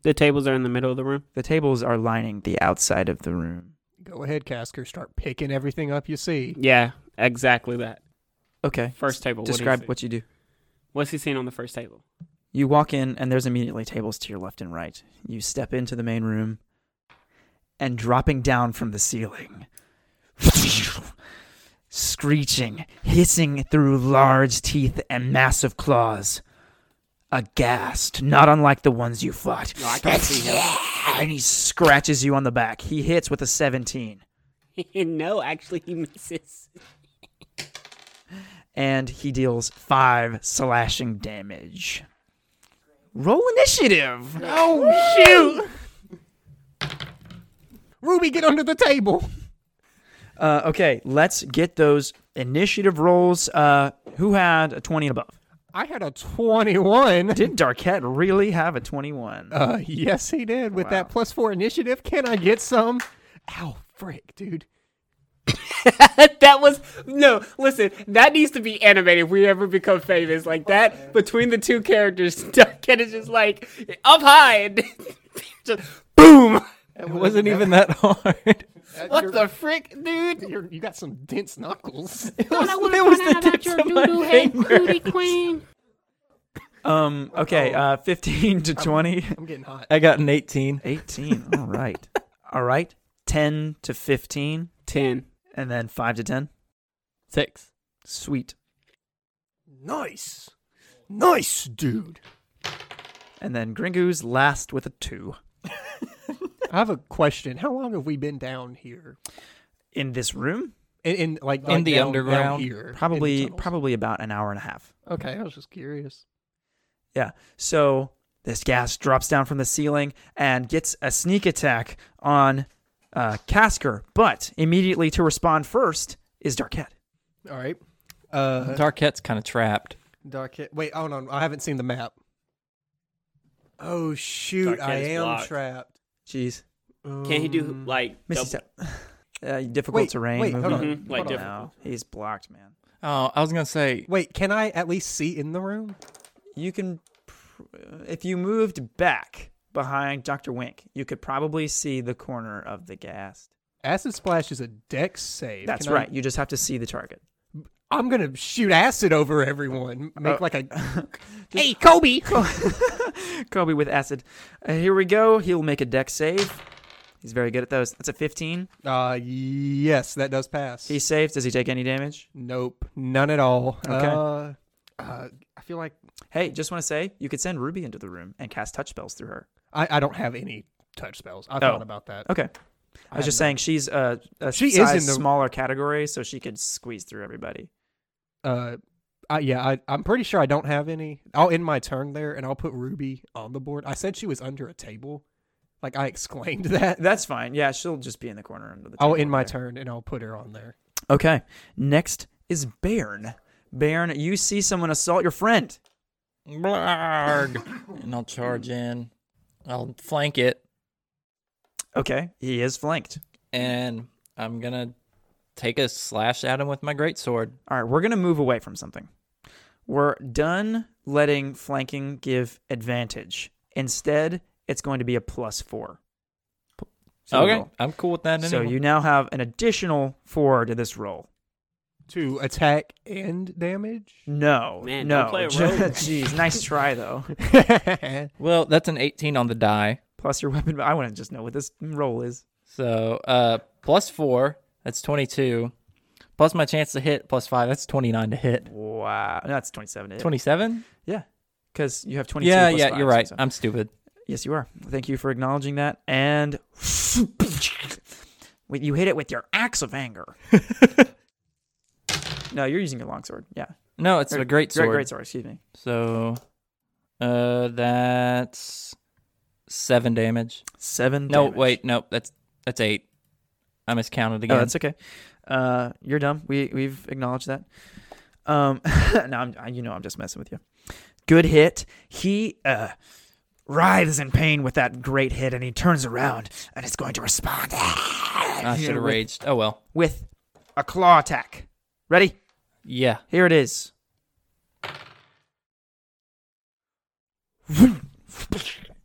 [SPEAKER 3] The tables are in the middle of the room.
[SPEAKER 1] The tables are lining the outside of the room.
[SPEAKER 4] Go ahead, Casker. Start picking everything up you see.
[SPEAKER 3] Yeah, exactly that.
[SPEAKER 1] Okay.
[SPEAKER 3] First table. what do you
[SPEAKER 1] Describe
[SPEAKER 3] see?
[SPEAKER 1] what you do.
[SPEAKER 3] What's he seeing on the first table?
[SPEAKER 1] You walk in, and there's immediately tables to your left and right. You step into the main room, and dropping down from the ceiling, screeching, hissing through large teeth and massive claws, aghast, not unlike the ones you fought.
[SPEAKER 3] No, I can't see
[SPEAKER 1] And he scratches you on the back. He hits with a 17.
[SPEAKER 3] him. no, actually, he misses.
[SPEAKER 1] and he deals five slashing damage. Roll initiative.
[SPEAKER 4] Oh shoot! Ruby, get under the table.
[SPEAKER 1] Uh, okay, let's get those initiative rolls. Uh, who had a twenty and above?
[SPEAKER 4] I had a twenty-one.
[SPEAKER 1] Did Darquette really have a twenty-one?
[SPEAKER 4] Uh, yes, he did. With
[SPEAKER 1] Wow.
[SPEAKER 4] that plus four initiative, can I get some? Ow, frick, dude.
[SPEAKER 3] that was no. Listen, that needs to be animated. If we ever become famous like that, between the two characters, Duncan is just like up high and just boom.
[SPEAKER 2] It wasn't even that hard.
[SPEAKER 3] What the frick, dude?
[SPEAKER 4] You're, you got some dense knuckles.
[SPEAKER 7] Thought I would have found out about your doo-doo head, booty queen.
[SPEAKER 1] Um. Okay. Uh, fifteen to twenty.
[SPEAKER 4] I'm getting hot.
[SPEAKER 2] I got an 18.
[SPEAKER 1] Eighteen. All right. All right. Ten to fifteen,
[SPEAKER 3] Ten.
[SPEAKER 1] and then five to ten.
[SPEAKER 5] Six.
[SPEAKER 1] Sweet.
[SPEAKER 4] Nice, nice, dude.
[SPEAKER 1] And then Gringu's last with a two
[SPEAKER 4] I have a question. How long have we been down here?
[SPEAKER 1] in this room.
[SPEAKER 4] In, in like
[SPEAKER 2] In
[SPEAKER 4] like
[SPEAKER 2] the
[SPEAKER 4] down- down
[SPEAKER 2] underground?
[SPEAKER 4] here, in the
[SPEAKER 1] Probably.
[SPEAKER 4] tunnels?
[SPEAKER 1] Probably about an hour and a half.
[SPEAKER 4] Okay, I was just curious.
[SPEAKER 1] Yeah. So this gas drops down from the ceiling and gets a sneak attack on uh, Casker, but immediately to respond first is Darquette.
[SPEAKER 4] All right. Uh,
[SPEAKER 2] Darkette's kind of trapped.
[SPEAKER 4] Dark hit. Wait, hold on. I haven't seen the map. Oh shoot!
[SPEAKER 3] Dark
[SPEAKER 4] I
[SPEAKER 3] Hit is
[SPEAKER 4] am
[SPEAKER 3] blocked.
[SPEAKER 4] trapped. Um,
[SPEAKER 1] Jeez,
[SPEAKER 3] Can he do
[SPEAKER 1] Mm.
[SPEAKER 3] like
[SPEAKER 1] Missy
[SPEAKER 3] double-
[SPEAKER 1] step. Uh, difficult
[SPEAKER 4] Wait,
[SPEAKER 1] terrain.
[SPEAKER 4] wait, hold
[SPEAKER 1] movement.
[SPEAKER 4] on.
[SPEAKER 3] Mhm, like
[SPEAKER 4] hold on.
[SPEAKER 3] different-
[SPEAKER 1] No, he's blocked, man.
[SPEAKER 2] Oh, I was going to say,
[SPEAKER 4] Wait, can I at least see in the room?
[SPEAKER 1] You can, pr- uh, if you moved back behind Doctor Wink, you could probably see the corner of the gas.
[SPEAKER 4] Acid splash is a dex save.
[SPEAKER 1] That's
[SPEAKER 4] Can I-
[SPEAKER 1] right. You just have to see the target.
[SPEAKER 4] I'm gonna shoot acid over everyone. Make
[SPEAKER 1] Uh,
[SPEAKER 4] like a
[SPEAKER 1] hey, Kobe. Kobe with acid. Uh, here we go. He'll make a deck save. He's very good at those. That's a 15.
[SPEAKER 4] uh yes, that does pass.
[SPEAKER 1] He saves. Does he take any damage?
[SPEAKER 4] nope, none at all.
[SPEAKER 1] Okay.
[SPEAKER 4] Uh, uh, I feel like
[SPEAKER 1] Hey, just want to say you could send Ruby into the room and cast touch spells through her.
[SPEAKER 4] I, I don't have any touch spells. I
[SPEAKER 1] Oh.
[SPEAKER 4] thought about that.
[SPEAKER 1] Okay. I, was
[SPEAKER 4] have
[SPEAKER 1] just
[SPEAKER 4] none.
[SPEAKER 1] saying she's uh, a
[SPEAKER 4] She is
[SPEAKER 1] size
[SPEAKER 4] in the-
[SPEAKER 1] smaller category, so she could squeeze through everybody.
[SPEAKER 4] Uh, I, yeah, I, I'm pretty sure I don't have any. I'll end my turn there, and I'll put Ruby on the board. I said she was under a table. Like I exclaimed that.
[SPEAKER 1] That's fine. Yeah, she'll just be in the corner under the.
[SPEAKER 4] I'll
[SPEAKER 1] table
[SPEAKER 4] end Oh, my
[SPEAKER 1] there.
[SPEAKER 4] turn, and I'll put her on there.
[SPEAKER 1] Okay. Next is Bairn. Bairn, you see someone assault your friend.
[SPEAKER 2] Blarg. and I'll charge in. I'll flank it,
[SPEAKER 1] Okay, he is flanked.
[SPEAKER 2] and I'm going to take a slash at him with my greatsword.
[SPEAKER 1] All right, we're going to move away from something. We're done letting flanking give advantage. Instead, it's going to be a plus four. So
[SPEAKER 2] Okay,
[SPEAKER 1] roll.
[SPEAKER 2] I'm cool with that
[SPEAKER 1] So
[SPEAKER 2] anyway.
[SPEAKER 1] you now have an additional four to this roll.
[SPEAKER 4] To attack and damage.
[SPEAKER 1] No,
[SPEAKER 3] Man,
[SPEAKER 1] no.
[SPEAKER 3] don't play a rogue.
[SPEAKER 1] Jeez, nice try though.
[SPEAKER 2] Well, that's an 18 on the die.
[SPEAKER 1] Plus your weapon. I want to just know what this roll is.
[SPEAKER 2] So uh, plus four, that's 22. Plus my chance to hit, plus five, that's 29 to hit.
[SPEAKER 1] Wow, no, that's twenty-seven. to hit.
[SPEAKER 2] 27?
[SPEAKER 1] Yeah, because you have twenty-two.
[SPEAKER 2] Yeah,
[SPEAKER 1] plus
[SPEAKER 2] yeah,
[SPEAKER 1] five,
[SPEAKER 2] you're right.
[SPEAKER 1] so-
[SPEAKER 2] I'm stupid.
[SPEAKER 1] Yes, you are. Thank you for acknowledging that. And When You hit it with your axe of anger. no, you're using your longsword. Yeah.
[SPEAKER 2] No, it's
[SPEAKER 1] Or
[SPEAKER 2] a great sword.
[SPEAKER 1] Great, great sword. Excuse me.
[SPEAKER 2] So, uh, that's seven damage.
[SPEAKER 1] Seven.
[SPEAKER 2] No,
[SPEAKER 1] damage.
[SPEAKER 2] wait, no, that's that's eight. I miscounted
[SPEAKER 1] Oh,
[SPEAKER 2] again.
[SPEAKER 1] that's okay. Uh, you're dumb. We we've acknowledged that. Um, no, I'm, I, you know I'm just messing with you. Good hit. He uh, writhes in pain with that great hit, and he turns around and is going to respond
[SPEAKER 2] I should
[SPEAKER 1] with,
[SPEAKER 2] have raged. Oh well.
[SPEAKER 1] with a claw attack. Ready?
[SPEAKER 2] Yeah.
[SPEAKER 1] Here it is.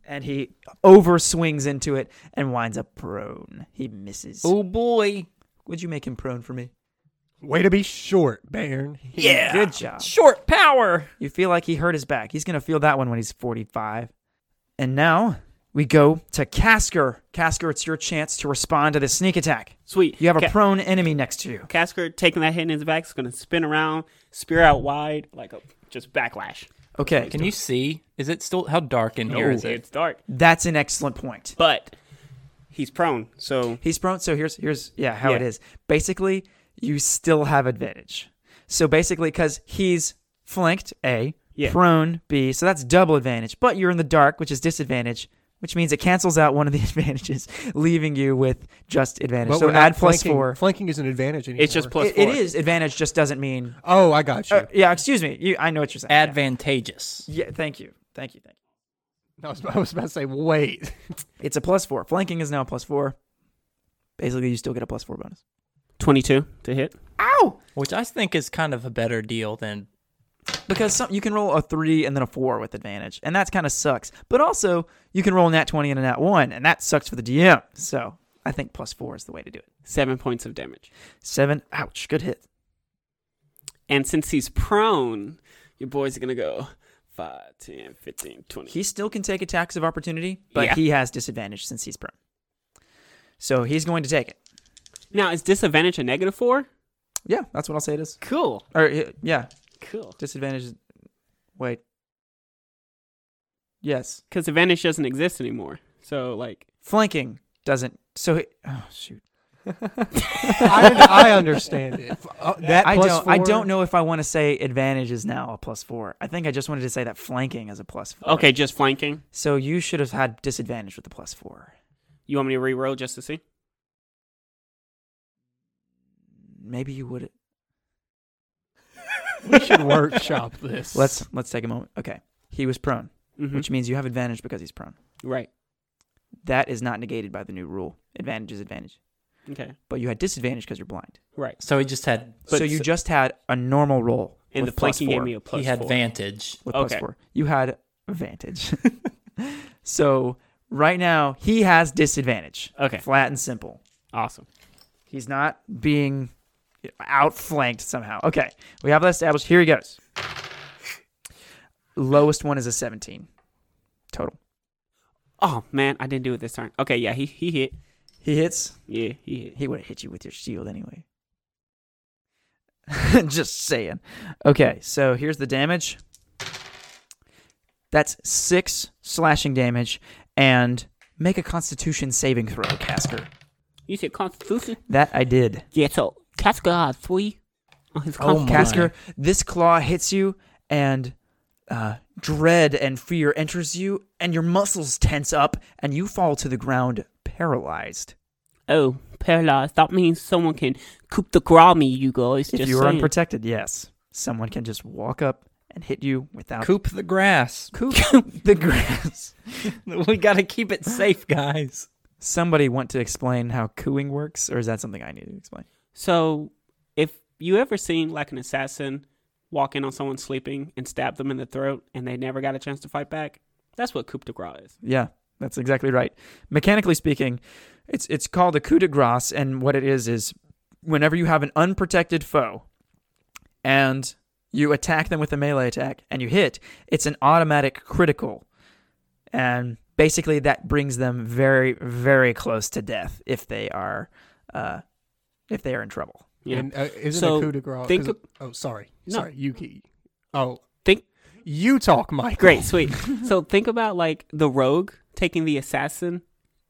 [SPEAKER 1] And he overswings into it and winds up prone. He misses.
[SPEAKER 2] Oh boy.
[SPEAKER 1] Would you make him prone for me?
[SPEAKER 4] Way to be short, Baron.
[SPEAKER 1] Yeah. Good job.
[SPEAKER 2] Short power.
[SPEAKER 1] You feel like he hurt his back. He's going to feel that one when he's 45. And now we go to Casker. Casker, it's your chance to respond to this sneak attack.
[SPEAKER 3] Sweet.
[SPEAKER 1] You have a
[SPEAKER 3] Ca-
[SPEAKER 1] prone enemy next to you.
[SPEAKER 3] Casker taking that hit in his back is gonna spin around, spear out wide, like a just backlash.
[SPEAKER 1] Okay.
[SPEAKER 2] Can you see? Is it still how dark in here is it?
[SPEAKER 3] It's dark,
[SPEAKER 1] That's an excellent point.
[SPEAKER 3] but he's prone, so
[SPEAKER 1] He's prone. So here's here's yeah how it
[SPEAKER 3] Yeah.
[SPEAKER 1] is. Basically, you still have advantage. So basically, because he's flanked, a
[SPEAKER 3] Yeah.
[SPEAKER 1] prone, b. So that's double advantage. But you're in the dark, which is disadvantage, which means it cancels out one of the advantages, leaving you with just advantage. so
[SPEAKER 4] we're not
[SPEAKER 1] add plus
[SPEAKER 4] flanking.
[SPEAKER 1] four.
[SPEAKER 4] Flanking is an advantage anymore.
[SPEAKER 3] it's just plus
[SPEAKER 1] It-
[SPEAKER 3] four.
[SPEAKER 1] it is advantage. Just doesn't mean.
[SPEAKER 4] Oh, I got you.
[SPEAKER 1] Uh, yeah. Excuse me. You. I know what you're saying.
[SPEAKER 2] Advantageous.
[SPEAKER 1] Yeah. yeah. Thank you. Thank you. Thank you.
[SPEAKER 4] I, was, I was about to say, wait.
[SPEAKER 1] It's a plus four. Flanking is now a plus four. Basically, you still get a plus four bonus.
[SPEAKER 3] twenty-two to hit.
[SPEAKER 2] Which I think is kind of a better deal than
[SPEAKER 1] because some, you can roll a three and then a four with advantage, and that kind of sucks. But also, you can roll a nat twenty and a nat one, and that sucks for the DM. So I think plus four is the way to do it.
[SPEAKER 3] Seven points of damage.
[SPEAKER 1] Seven, ouch, good hit.
[SPEAKER 3] And since he's prone, your boy's gonna go 5, 10, 15, 20.
[SPEAKER 1] He still can take attacks of opportunity, but
[SPEAKER 3] Yeah.
[SPEAKER 1] he has disadvantage since he's prone. So he's going to take it.
[SPEAKER 3] now, is disadvantage a negative four?
[SPEAKER 1] Yeah, that's what I'll say it is.
[SPEAKER 3] Cool.
[SPEAKER 1] Or uh, yeah,
[SPEAKER 3] Cool.
[SPEAKER 1] disadvantage. is- Wait. Yes,
[SPEAKER 3] Because advantage doesn't exist anymore. So, like,
[SPEAKER 1] flanking doesn't. So he, oh shoot,
[SPEAKER 4] I, I understand it. Uh, that
[SPEAKER 1] I
[SPEAKER 4] plus
[SPEAKER 1] don't. I
[SPEAKER 4] four-
[SPEAKER 1] don't know if I want to say advantage is now a plus four. I think I just wanted to say that flanking is a plus four.
[SPEAKER 3] okay, just flanking.
[SPEAKER 1] So you should have had disadvantage with the plus four.
[SPEAKER 3] You want me to reroll just to see?
[SPEAKER 1] Maybe you would.
[SPEAKER 4] We should workshop this.
[SPEAKER 1] Let's let's take a moment. Okay, he was prone,
[SPEAKER 3] Mm-hmm.
[SPEAKER 1] which means you have advantage because he's prone.
[SPEAKER 3] right.
[SPEAKER 1] That is not negated by the new rule. Advantage is advantage,
[SPEAKER 3] Okay.
[SPEAKER 1] but you had disadvantage because you're blind.
[SPEAKER 3] Right.
[SPEAKER 2] so he just had
[SPEAKER 3] But
[SPEAKER 1] so you
[SPEAKER 3] s-
[SPEAKER 1] just had a normal roll.
[SPEAKER 3] And
[SPEAKER 1] with
[SPEAKER 3] the flanking
[SPEAKER 1] plus
[SPEAKER 3] gave
[SPEAKER 1] four,
[SPEAKER 3] me a plus
[SPEAKER 2] he had
[SPEAKER 3] four.
[SPEAKER 2] vantage.
[SPEAKER 1] with plus
[SPEAKER 3] okay.
[SPEAKER 1] four. You had advantage. so right now he has disadvantage.
[SPEAKER 3] Okay.
[SPEAKER 1] flat and simple.
[SPEAKER 3] Awesome.
[SPEAKER 1] He's not being outflanked somehow. Okay, we have that established. Here he goes. Lowest one is a 17 total.
[SPEAKER 3] Oh, man, I didn't do it this turn. Okay, yeah, he, he hit.
[SPEAKER 1] He hits.
[SPEAKER 3] Yeah, he hit.
[SPEAKER 1] He would have hit you with your shield anyway. Just saying. Okay, so here's the damage. That's six slashing damage, and make a Constitution saving throw, Casker.
[SPEAKER 3] You said Constitution?
[SPEAKER 1] That I did.
[SPEAKER 7] Yeah, so Casker got a three.
[SPEAKER 3] Oh, his
[SPEAKER 2] Oh
[SPEAKER 3] con-
[SPEAKER 2] my.
[SPEAKER 1] Casker, this claw hits you, and uh, dread and fear enters you, and your muscles tense up, and you fall to the ground paralyzed.
[SPEAKER 7] Oh, paralyzed. That means someone can coop the grommy, you guys.
[SPEAKER 1] If
[SPEAKER 7] just
[SPEAKER 1] you are
[SPEAKER 7] saying.
[SPEAKER 1] unprotected, yes, someone can just walk up and hit you without
[SPEAKER 2] Coop the grass.
[SPEAKER 1] Coop the grass.
[SPEAKER 2] we gotta keep it safe, guys.
[SPEAKER 1] Somebody want to explain how cooing works, or is that something I need to explain?
[SPEAKER 3] So, if you ever seen like an assassin walk in on someone sleeping and stab them in the throat and they never got a chance to fight back, that's what coup de grace is.
[SPEAKER 1] Yeah, that's exactly right. Mechanically speaking, it's it's called a coup de grace, and what it is is whenever you have an unprotected foe and you attack them with a melee attack and you hit, it's an automatic critical. And basically that brings them very, very close to death if they are uh, if they are in trouble.
[SPEAKER 3] Yeah.
[SPEAKER 4] And, uh, isn't
[SPEAKER 3] So,
[SPEAKER 4] a coup de grace?
[SPEAKER 3] think
[SPEAKER 4] 'cause-
[SPEAKER 3] of-
[SPEAKER 4] oh, sorry.
[SPEAKER 3] No.
[SPEAKER 4] Sorry, Yuki. Oh.
[SPEAKER 3] Think-
[SPEAKER 4] You talk, Mike.
[SPEAKER 3] Great, sweet. so think about like the rogue taking the assassin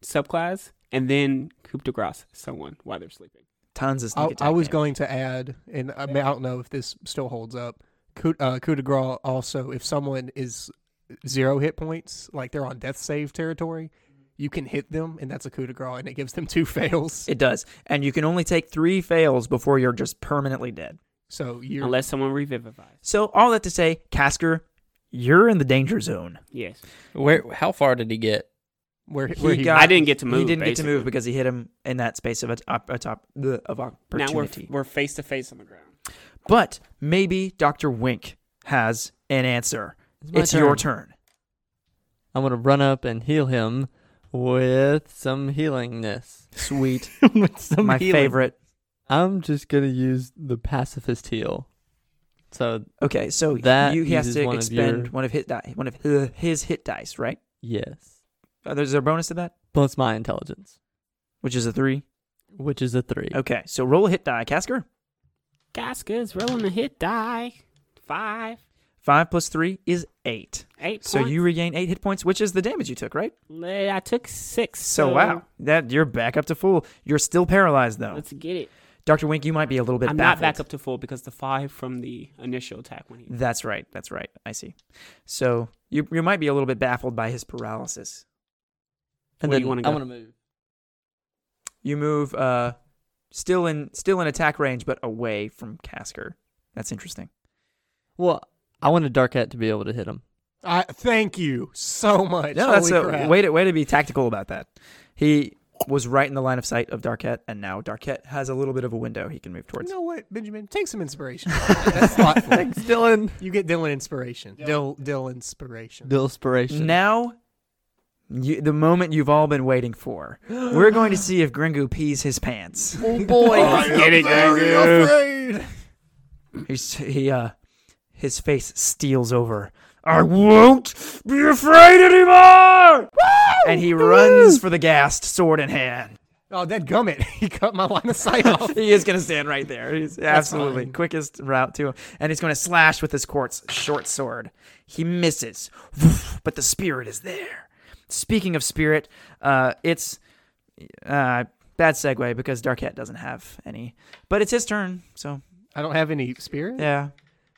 [SPEAKER 3] subclass and then Coup de grace someone while they're sleeping.
[SPEAKER 1] Tons of sneak
[SPEAKER 4] I,
[SPEAKER 1] attack.
[SPEAKER 4] I was
[SPEAKER 1] damage.
[SPEAKER 4] going to add, and I, mean, I don't know if this still holds up. Coup, uh, coup de grace also, if someone is zero hit points, like they're on death save territory, you can hit them, and that's a coup de grace, and it gives them two fails.
[SPEAKER 1] It does, and you can only take three fails before you're just permanently dead.
[SPEAKER 4] So you're
[SPEAKER 3] Unless someone revivifies.
[SPEAKER 1] So all that to say, Casker, you're in the danger zone.
[SPEAKER 3] Yes.
[SPEAKER 2] Where? How far did he get?
[SPEAKER 4] where,
[SPEAKER 1] He
[SPEAKER 4] where he
[SPEAKER 1] got-
[SPEAKER 3] I didn't get to move.
[SPEAKER 1] he didn't get to
[SPEAKER 3] basically.
[SPEAKER 1] move because he hit him in that space of a top, a top bleh, of
[SPEAKER 3] Now we're
[SPEAKER 1] opportunity.
[SPEAKER 3] we're face to face on the ground.
[SPEAKER 1] but maybe Doctor Wink has an answer. It's,
[SPEAKER 5] my
[SPEAKER 1] your turn.
[SPEAKER 5] I'm gonna run up and heal him with some healingness.
[SPEAKER 1] Sweet,
[SPEAKER 5] with some
[SPEAKER 1] my
[SPEAKER 5] healing.
[SPEAKER 1] favorite.
[SPEAKER 5] I'm just gonna use the pacifist heal. So
[SPEAKER 1] Okay, so
[SPEAKER 5] That
[SPEAKER 1] you, he has
[SPEAKER 5] uses
[SPEAKER 1] to
[SPEAKER 5] one of
[SPEAKER 1] expend
[SPEAKER 5] your-
[SPEAKER 1] one of his die, one of his, his hit dice, right?
[SPEAKER 5] yes,
[SPEAKER 1] Uh, there's a bonus to that,
[SPEAKER 5] plus my intelligence,
[SPEAKER 1] which is a three.
[SPEAKER 5] which is a three.
[SPEAKER 1] Okay, so roll a hit die, Casker.
[SPEAKER 3] Gaska's rolling a hit die. Five,
[SPEAKER 1] Five plus three is eight.
[SPEAKER 3] eight.
[SPEAKER 1] So
[SPEAKER 3] points.
[SPEAKER 1] you regain eight hit points, which is the damage you took, right?
[SPEAKER 3] I took six.
[SPEAKER 1] So, wow, that you're back up to full. You're still paralyzed though,
[SPEAKER 3] Let's get it.
[SPEAKER 1] Doctor Wink. You might be a little bit.
[SPEAKER 3] I'm
[SPEAKER 1] baffled.
[SPEAKER 3] not back up to full because the five from the initial attack when he.
[SPEAKER 1] That's right. That's right. I see. So you you might be a little bit baffled by his paralysis.
[SPEAKER 5] and
[SPEAKER 3] Where
[SPEAKER 5] then
[SPEAKER 3] you wanna
[SPEAKER 5] I'm
[SPEAKER 3] go?
[SPEAKER 5] gonna move.
[SPEAKER 1] You move uh still in still in attack range but away from Casker. That's interesting.
[SPEAKER 5] Well, I want a dark hat to be able to hit him.
[SPEAKER 4] I thank you so much.
[SPEAKER 1] No, that's
[SPEAKER 4] Holy
[SPEAKER 1] a
[SPEAKER 4] crap.
[SPEAKER 1] way to way to be tactical about that. He was right in the line of sight of Darkette, and now Darkette has a little bit of a window he can move
[SPEAKER 4] You
[SPEAKER 1] towards.
[SPEAKER 4] know what, Benjamin? Take some inspiration. that's thoughtful.
[SPEAKER 5] Thanks, Dylan.
[SPEAKER 4] You get Dylan inspiration. Dill Dill inspiration.
[SPEAKER 5] Dill inspiration.
[SPEAKER 1] Now, you, the moment you've all been waiting for, we're going to see if Gringu pees his pants.
[SPEAKER 4] Oh boy!
[SPEAKER 3] Get it, Gangu.
[SPEAKER 1] He's, he uh, his face steals over,
[SPEAKER 8] I won't be afraid anymore!
[SPEAKER 1] and he runs for the ghast, sword in hand.
[SPEAKER 4] Oh, that gummit! He cut my line of sight off.
[SPEAKER 1] He is going to stand right there. He's absolutely
[SPEAKER 4] fine.
[SPEAKER 1] quickest route to him, and he's going to slash with his quartz short sword. He misses, Woof, but the spirit is there. Speaking of spirit, uh, it's uh, bad segue because Darkette doesn't have any, but it's his turn. So
[SPEAKER 4] I don't have any spirit.
[SPEAKER 1] yeah,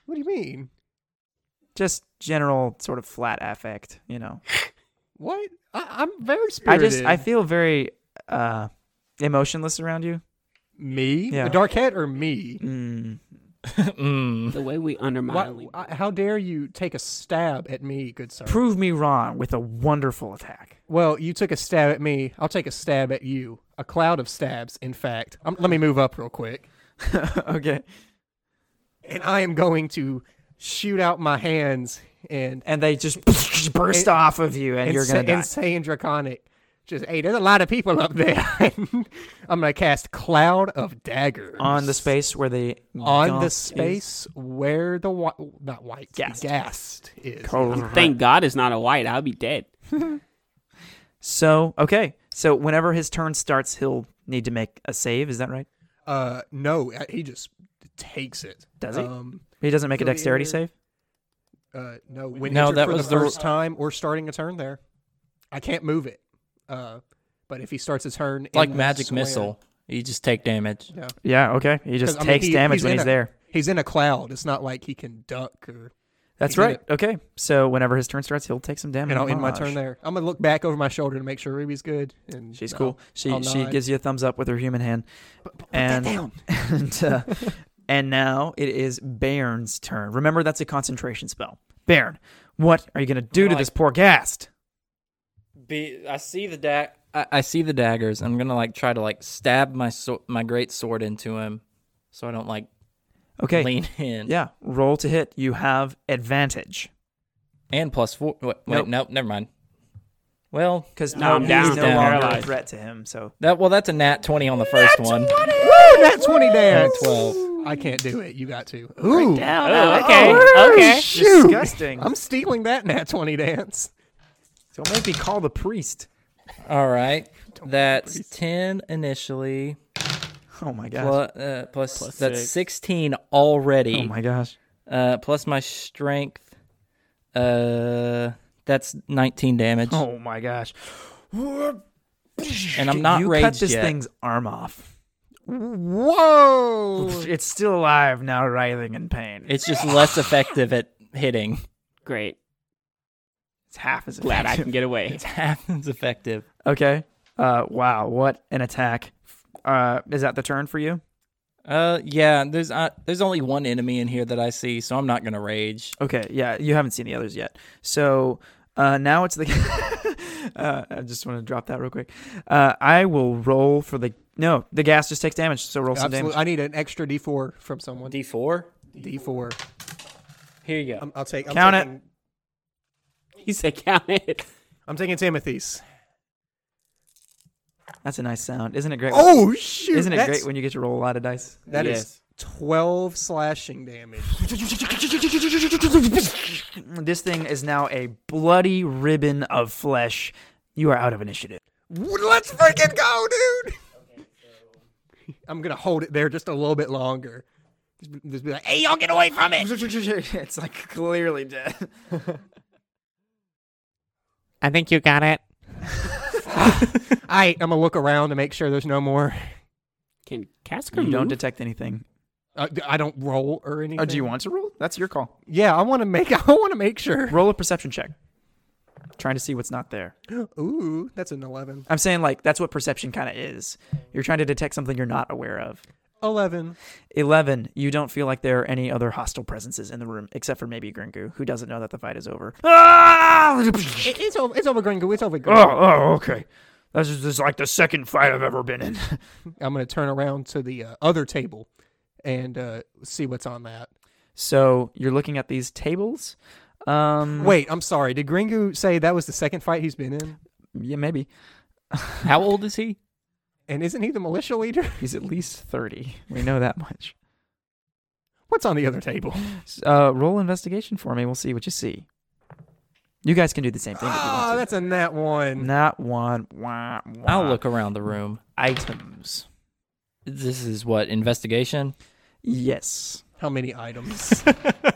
[SPEAKER 4] What do you mean?
[SPEAKER 1] just general sort of flat affect, you know.
[SPEAKER 4] What? I, I'm very
[SPEAKER 1] I
[SPEAKER 4] spirited.
[SPEAKER 1] just I feel very uh, emotionless around you.
[SPEAKER 4] me,
[SPEAKER 1] Yeah.
[SPEAKER 4] the dark hat, or me?
[SPEAKER 1] Mm.
[SPEAKER 2] mm.
[SPEAKER 3] The way we undermine.
[SPEAKER 4] Why, I- how dare you take a stab at me, good sir?
[SPEAKER 1] Prove me wrong with a wonderful attack.
[SPEAKER 4] well, you took a stab at me. I'll take a stab at you. A cloud of stabs, in fact. Um let me move up real quick,
[SPEAKER 1] okay,
[SPEAKER 4] and I am going to shoot out my hands and
[SPEAKER 1] and they just burst
[SPEAKER 4] And-
[SPEAKER 1] off of you, and,
[SPEAKER 4] and
[SPEAKER 1] you're gonna
[SPEAKER 4] say-
[SPEAKER 1] die.
[SPEAKER 4] and say in draconic. Just hey, there's a lot of people up there. I'm gonna cast cloud of daggers
[SPEAKER 1] on the space where the
[SPEAKER 4] on
[SPEAKER 1] gaunt
[SPEAKER 4] the
[SPEAKER 1] is-
[SPEAKER 4] space where the wi- not white
[SPEAKER 1] Ghast.
[SPEAKER 4] ghast is.
[SPEAKER 1] Correct.
[SPEAKER 3] Thank God it's not a white. I'll be dead.
[SPEAKER 1] So okay, so whenever his turn starts, he'll need to make a save. Is that right?
[SPEAKER 4] Uh, no, uh, he just takes it.
[SPEAKER 1] Does he?
[SPEAKER 4] Um,
[SPEAKER 1] He doesn't make a
[SPEAKER 4] So the
[SPEAKER 1] dexterity
[SPEAKER 4] inner-
[SPEAKER 1] save.
[SPEAKER 4] uh, no, when
[SPEAKER 2] No,
[SPEAKER 4] injured
[SPEAKER 2] that
[SPEAKER 4] for
[SPEAKER 2] was
[SPEAKER 4] the
[SPEAKER 2] the-
[SPEAKER 4] first time or starting a turn there, I can't move it. Uh, but if he starts a turn, in
[SPEAKER 2] Like
[SPEAKER 4] the
[SPEAKER 2] magic
[SPEAKER 4] square-
[SPEAKER 2] missile, you just take damage.
[SPEAKER 4] Yeah.
[SPEAKER 1] Yeah. Okay. He just
[SPEAKER 4] 'Cause, I mean,
[SPEAKER 1] takes
[SPEAKER 4] he-
[SPEAKER 1] damage
[SPEAKER 4] he's
[SPEAKER 1] when
[SPEAKER 4] in
[SPEAKER 1] he's
[SPEAKER 4] a-
[SPEAKER 1] there.
[SPEAKER 4] He's in a cloud. It's not like he can duck or.
[SPEAKER 1] That's
[SPEAKER 4] he's in
[SPEAKER 1] right. Okay. So whenever his turn starts, he'll take some damage.
[SPEAKER 4] And I'll end my turn
[SPEAKER 1] Homage.
[SPEAKER 4] there. I'm gonna look back over my shoulder to make sure Ruby's good. And
[SPEAKER 1] She's
[SPEAKER 4] I'll-
[SPEAKER 1] cool. She
[SPEAKER 4] I'll
[SPEAKER 1] she
[SPEAKER 4] nod.
[SPEAKER 1] gives you a thumbs up with her human hand.
[SPEAKER 4] Put that
[SPEAKER 1] and
[SPEAKER 4] down.
[SPEAKER 1] and uh, and now it is Bairn's turn. Remember that's a concentration spell. Bairn, what are you gonna do to
[SPEAKER 2] Right.
[SPEAKER 1] this poor ghast?
[SPEAKER 2] Be, I see the dag. I, I see the daggers. I'm gonna like try to like stab my so- my great sword into him, so I don't like
[SPEAKER 1] Okay.
[SPEAKER 2] lean in.
[SPEAKER 1] Yeah. Roll to hit. You have advantage.
[SPEAKER 2] And plus four. Wait,
[SPEAKER 1] Nope.
[SPEAKER 2] wait nope. Never mind. Well,
[SPEAKER 1] Because
[SPEAKER 3] No,
[SPEAKER 1] now
[SPEAKER 3] I'm
[SPEAKER 1] he's
[SPEAKER 3] down,
[SPEAKER 1] no
[SPEAKER 2] down.
[SPEAKER 1] longer a
[SPEAKER 3] Paralyzed.
[SPEAKER 1] threat to him. So
[SPEAKER 2] that well that's a nat twenty on the first one.
[SPEAKER 4] Woo, that's twenty damage.
[SPEAKER 2] Nat twelve.
[SPEAKER 4] I can't do it. You got to. Ooh,
[SPEAKER 3] Oh, okay. okay.
[SPEAKER 4] shoot.
[SPEAKER 1] disgusting.
[SPEAKER 4] I'm stealing that nat twenty dance.
[SPEAKER 1] Don't make me call the priest.
[SPEAKER 2] All right. That's ten initially.
[SPEAKER 1] Oh my gosh.
[SPEAKER 2] Plus, uh, plus,
[SPEAKER 3] Plus
[SPEAKER 2] that's
[SPEAKER 3] six.
[SPEAKER 2] sixteen already.
[SPEAKER 1] oh my gosh.
[SPEAKER 2] Uh, plus my strength. Uh, that's 19 damage.
[SPEAKER 1] Oh my gosh.
[SPEAKER 2] and I'm not
[SPEAKER 1] you
[SPEAKER 2] raged
[SPEAKER 1] cut this
[SPEAKER 2] yet.
[SPEAKER 1] thing's arm off.
[SPEAKER 4] Whoa!
[SPEAKER 1] It's still alive now, writhing in pain.
[SPEAKER 2] It's just less effective at hitting.
[SPEAKER 3] Great.
[SPEAKER 1] It's half as
[SPEAKER 3] Glad I can
[SPEAKER 1] effective.
[SPEAKER 3] get away.
[SPEAKER 2] It's half as effective.
[SPEAKER 1] Okay. Uh, wow, what an attack! Uh, is that the turn for you?
[SPEAKER 2] Uh, yeah. There's uh, there's only one enemy in here that I see, so I'm not gonna rage.
[SPEAKER 1] Okay, yeah, you haven't seen the others yet. So uh, now it's the. uh, I just want to drop that real quick. Uh, I will roll for the. No, the gas just takes damage, so roll some
[SPEAKER 4] Absolutely.
[SPEAKER 1] damage.
[SPEAKER 4] I need an extra D4 from someone.
[SPEAKER 2] D4.
[SPEAKER 4] D4.
[SPEAKER 2] Here you go.
[SPEAKER 4] I'm, I'll take. I'm
[SPEAKER 1] Count it.
[SPEAKER 4] taking,
[SPEAKER 3] He said, count it.
[SPEAKER 4] I'm taking Timothy's.
[SPEAKER 1] That's a nice sound, isn't it great?
[SPEAKER 4] Oh shoot!
[SPEAKER 1] isn't it
[SPEAKER 4] that's-
[SPEAKER 1] great when you get to roll a lot of dice?
[SPEAKER 4] That is
[SPEAKER 3] Yes.
[SPEAKER 4] 12 slashing damage.
[SPEAKER 1] This thing is now a bloody ribbon of flesh. You are out of initiative.
[SPEAKER 4] Let's freaking go, dude! I'm gonna hold it there just a little bit longer. Just be- Just be like, hey, y'all get away from it!
[SPEAKER 1] it's like clearly dead.
[SPEAKER 6] I think you got it.
[SPEAKER 4] I, I'm gonna look around to make sure there's no more.
[SPEAKER 3] Can Casker
[SPEAKER 1] You don't
[SPEAKER 3] move?
[SPEAKER 1] detect anything.
[SPEAKER 4] Uh, d- I don't roll or anything.
[SPEAKER 1] Oh, do you want to roll? That's your call.
[SPEAKER 4] Yeah, I want to make. I want to make sure.
[SPEAKER 1] Roll a perception check. Trying to see what's not there.
[SPEAKER 4] Ooh, that's an 11.
[SPEAKER 1] I'm saying like that's what perception kind of is. You're trying to detect something you're not aware of.
[SPEAKER 4] 11.
[SPEAKER 1] 11. You don't feel like there are any other hostile presences in the room except for maybe Gringu, who doesn't know that the fight is over.
[SPEAKER 8] Ah!
[SPEAKER 4] It, it's over. It's over, Gringo. It's over,
[SPEAKER 8] Oh,
[SPEAKER 4] Gringo.
[SPEAKER 8] oh, okay. This is, this is like the second fight I've ever been in.
[SPEAKER 4] I'm gonna turn around to the uh, other table, and uh, see what's on that.
[SPEAKER 1] So you're looking at these tables. Um,
[SPEAKER 4] Wait, I'm sorry. Did Gringo say that was the second fight he's been in?
[SPEAKER 1] Yeah, maybe.
[SPEAKER 2] How old is he?
[SPEAKER 4] And isn't he the militia leader?
[SPEAKER 1] He's at least 30. We know that much.
[SPEAKER 4] What's on the other table?
[SPEAKER 1] S- Uh, roll investigation for me. We'll see what you see. You guys can do the same thing. if you want
[SPEAKER 4] Oh,
[SPEAKER 1] to.
[SPEAKER 4] that's a nat one.
[SPEAKER 1] Not one. Wah, wah.
[SPEAKER 2] I'll look around the room.
[SPEAKER 1] Items.
[SPEAKER 2] This is what investigation.
[SPEAKER 1] Yes.
[SPEAKER 4] How many items?
[SPEAKER 2] I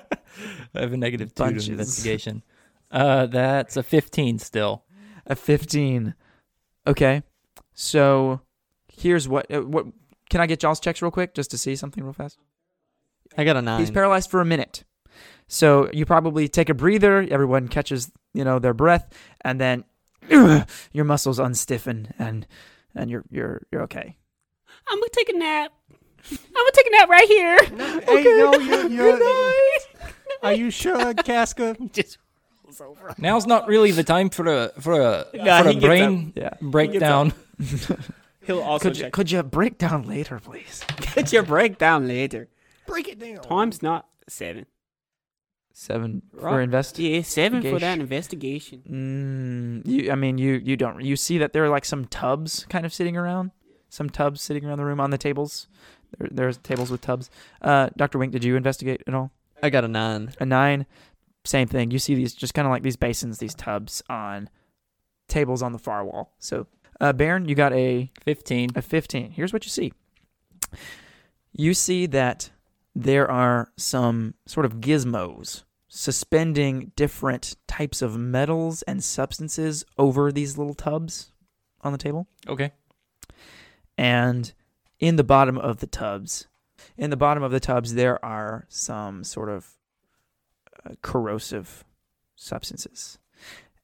[SPEAKER 2] have a negative two
[SPEAKER 1] Bunches.
[SPEAKER 2] to investigation. Uh, that's a 15 still.
[SPEAKER 1] A 15. Okay. So here's what. Uh, what Can I get y'all's checks real quick just to see something real fast?
[SPEAKER 5] I got a nine.
[SPEAKER 1] He's paralyzed for a minute. So you probably take a breather. Everyone catches, you know, their breath, and then your muscles unstiffen, and and you're you're you're okay.
[SPEAKER 7] I'm gonna take a nap. I'm gonna take a nap right here.
[SPEAKER 4] Hey, no, you, you, are you sure, Casca?
[SPEAKER 2] Now's not really the time for a for a
[SPEAKER 3] Nah, he
[SPEAKER 2] for a
[SPEAKER 3] gets
[SPEAKER 2] brain
[SPEAKER 1] Yeah.
[SPEAKER 2] breakdown.
[SPEAKER 3] He'll also
[SPEAKER 1] Could you,
[SPEAKER 3] check.
[SPEAKER 1] could you break down later, please?
[SPEAKER 3] Get your breakdown later.
[SPEAKER 4] Break it down.
[SPEAKER 3] Time's not seven.
[SPEAKER 1] Seven for
[SPEAKER 3] Right.
[SPEAKER 1] invest.
[SPEAKER 7] Yeah, seven for that
[SPEAKER 1] Investigation.
[SPEAKER 7] investigation.
[SPEAKER 1] Mm, you, I mean, you you don't you see that there are like some tubs kind of sitting around, some tubs sitting around the room on the tables. There, there's tables with tubs. Uh, Doctor Wink, did you investigate at all?
[SPEAKER 5] I got a nine.
[SPEAKER 1] a nine, same thing. You see these just kind of like these basins, these tubs on tables on the far wall. So, uh, Baron, you got a
[SPEAKER 2] 15.
[SPEAKER 1] a 15. Here's what you see. You see that there are some sort of gizmos suspending different types of metals and substances over these little tubs on the table
[SPEAKER 2] Okay.
[SPEAKER 1] and in the bottom of the tubs in the bottom of the tubs there are some sort of uh, corrosive substances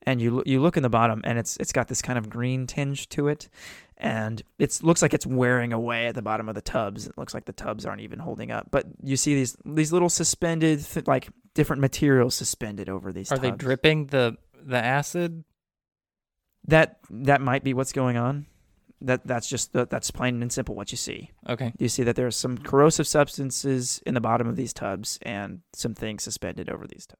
[SPEAKER 1] and you loo- you look in the bottom and it's it's got this kind of green tinge to it and it looks like it's wearing away at the bottom of the tubs it looks like the tubs aren't even holding up but you see these these little suspended th- like different materials suspended over these
[SPEAKER 2] Are
[SPEAKER 1] tubs.
[SPEAKER 2] they dripping the the acid?
[SPEAKER 1] that that might be what's going on that that's just that's plain and simple what you see
[SPEAKER 2] Okay.
[SPEAKER 1] you see that there are some corrosive substances in the bottom of these tubs and some things suspended over these tubs.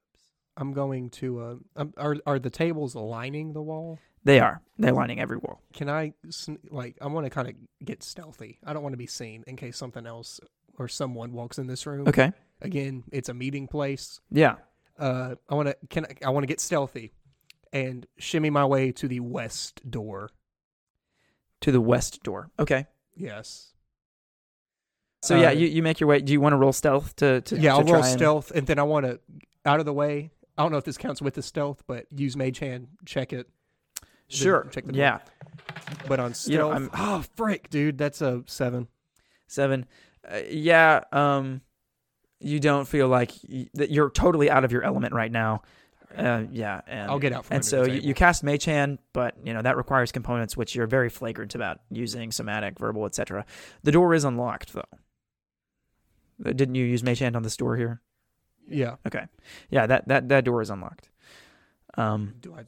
[SPEAKER 4] I'm going to. Uh, um, are are the tables lining the wall?
[SPEAKER 1] They are. They're lining every wall.
[SPEAKER 4] Can I sn- like? I want to kind of get stealthy. I don't want to be seen in case something else or someone walks in this room.
[SPEAKER 1] Okay.
[SPEAKER 4] Again, it's a meeting place.
[SPEAKER 1] Yeah.
[SPEAKER 4] Uh, I want to. Can I, I want to get stealthy, and shimmy my way to the west door.
[SPEAKER 1] To the west door. Okay.
[SPEAKER 4] Yes.
[SPEAKER 1] So
[SPEAKER 4] Uh,
[SPEAKER 1] yeah, you, you make your way. Do you want to roll stealth to to
[SPEAKER 4] yeah,
[SPEAKER 1] to
[SPEAKER 4] I'll
[SPEAKER 1] try
[SPEAKER 4] roll
[SPEAKER 1] and-
[SPEAKER 4] stealth, and then I want to out of the way. I don't know if this counts with the stealth, but use mage hand, check it, the-
[SPEAKER 1] Sure.
[SPEAKER 4] check the
[SPEAKER 1] yeah.
[SPEAKER 4] But on
[SPEAKER 1] You know,
[SPEAKER 4] stealth,
[SPEAKER 1] I'm-
[SPEAKER 4] oh frick, dude, that's a seven.
[SPEAKER 1] Seven. Uh, yeah. Um, you don't feel like y- that you're totally out of your element right now. Uh, yeah. And,
[SPEAKER 4] I'll get out from
[SPEAKER 1] And
[SPEAKER 4] under
[SPEAKER 1] so
[SPEAKER 4] the
[SPEAKER 1] you,
[SPEAKER 4] table.
[SPEAKER 1] you cast Mage Hand, but you know that requires components which you're very flagrant about using somatic, verbal, etc. The door is unlocked though. Uh, Didn't you use Mage Hand on this door here?
[SPEAKER 4] Yeah.
[SPEAKER 1] Okay. Yeah. That that that door is unlocked. Um,
[SPEAKER 4] Do I?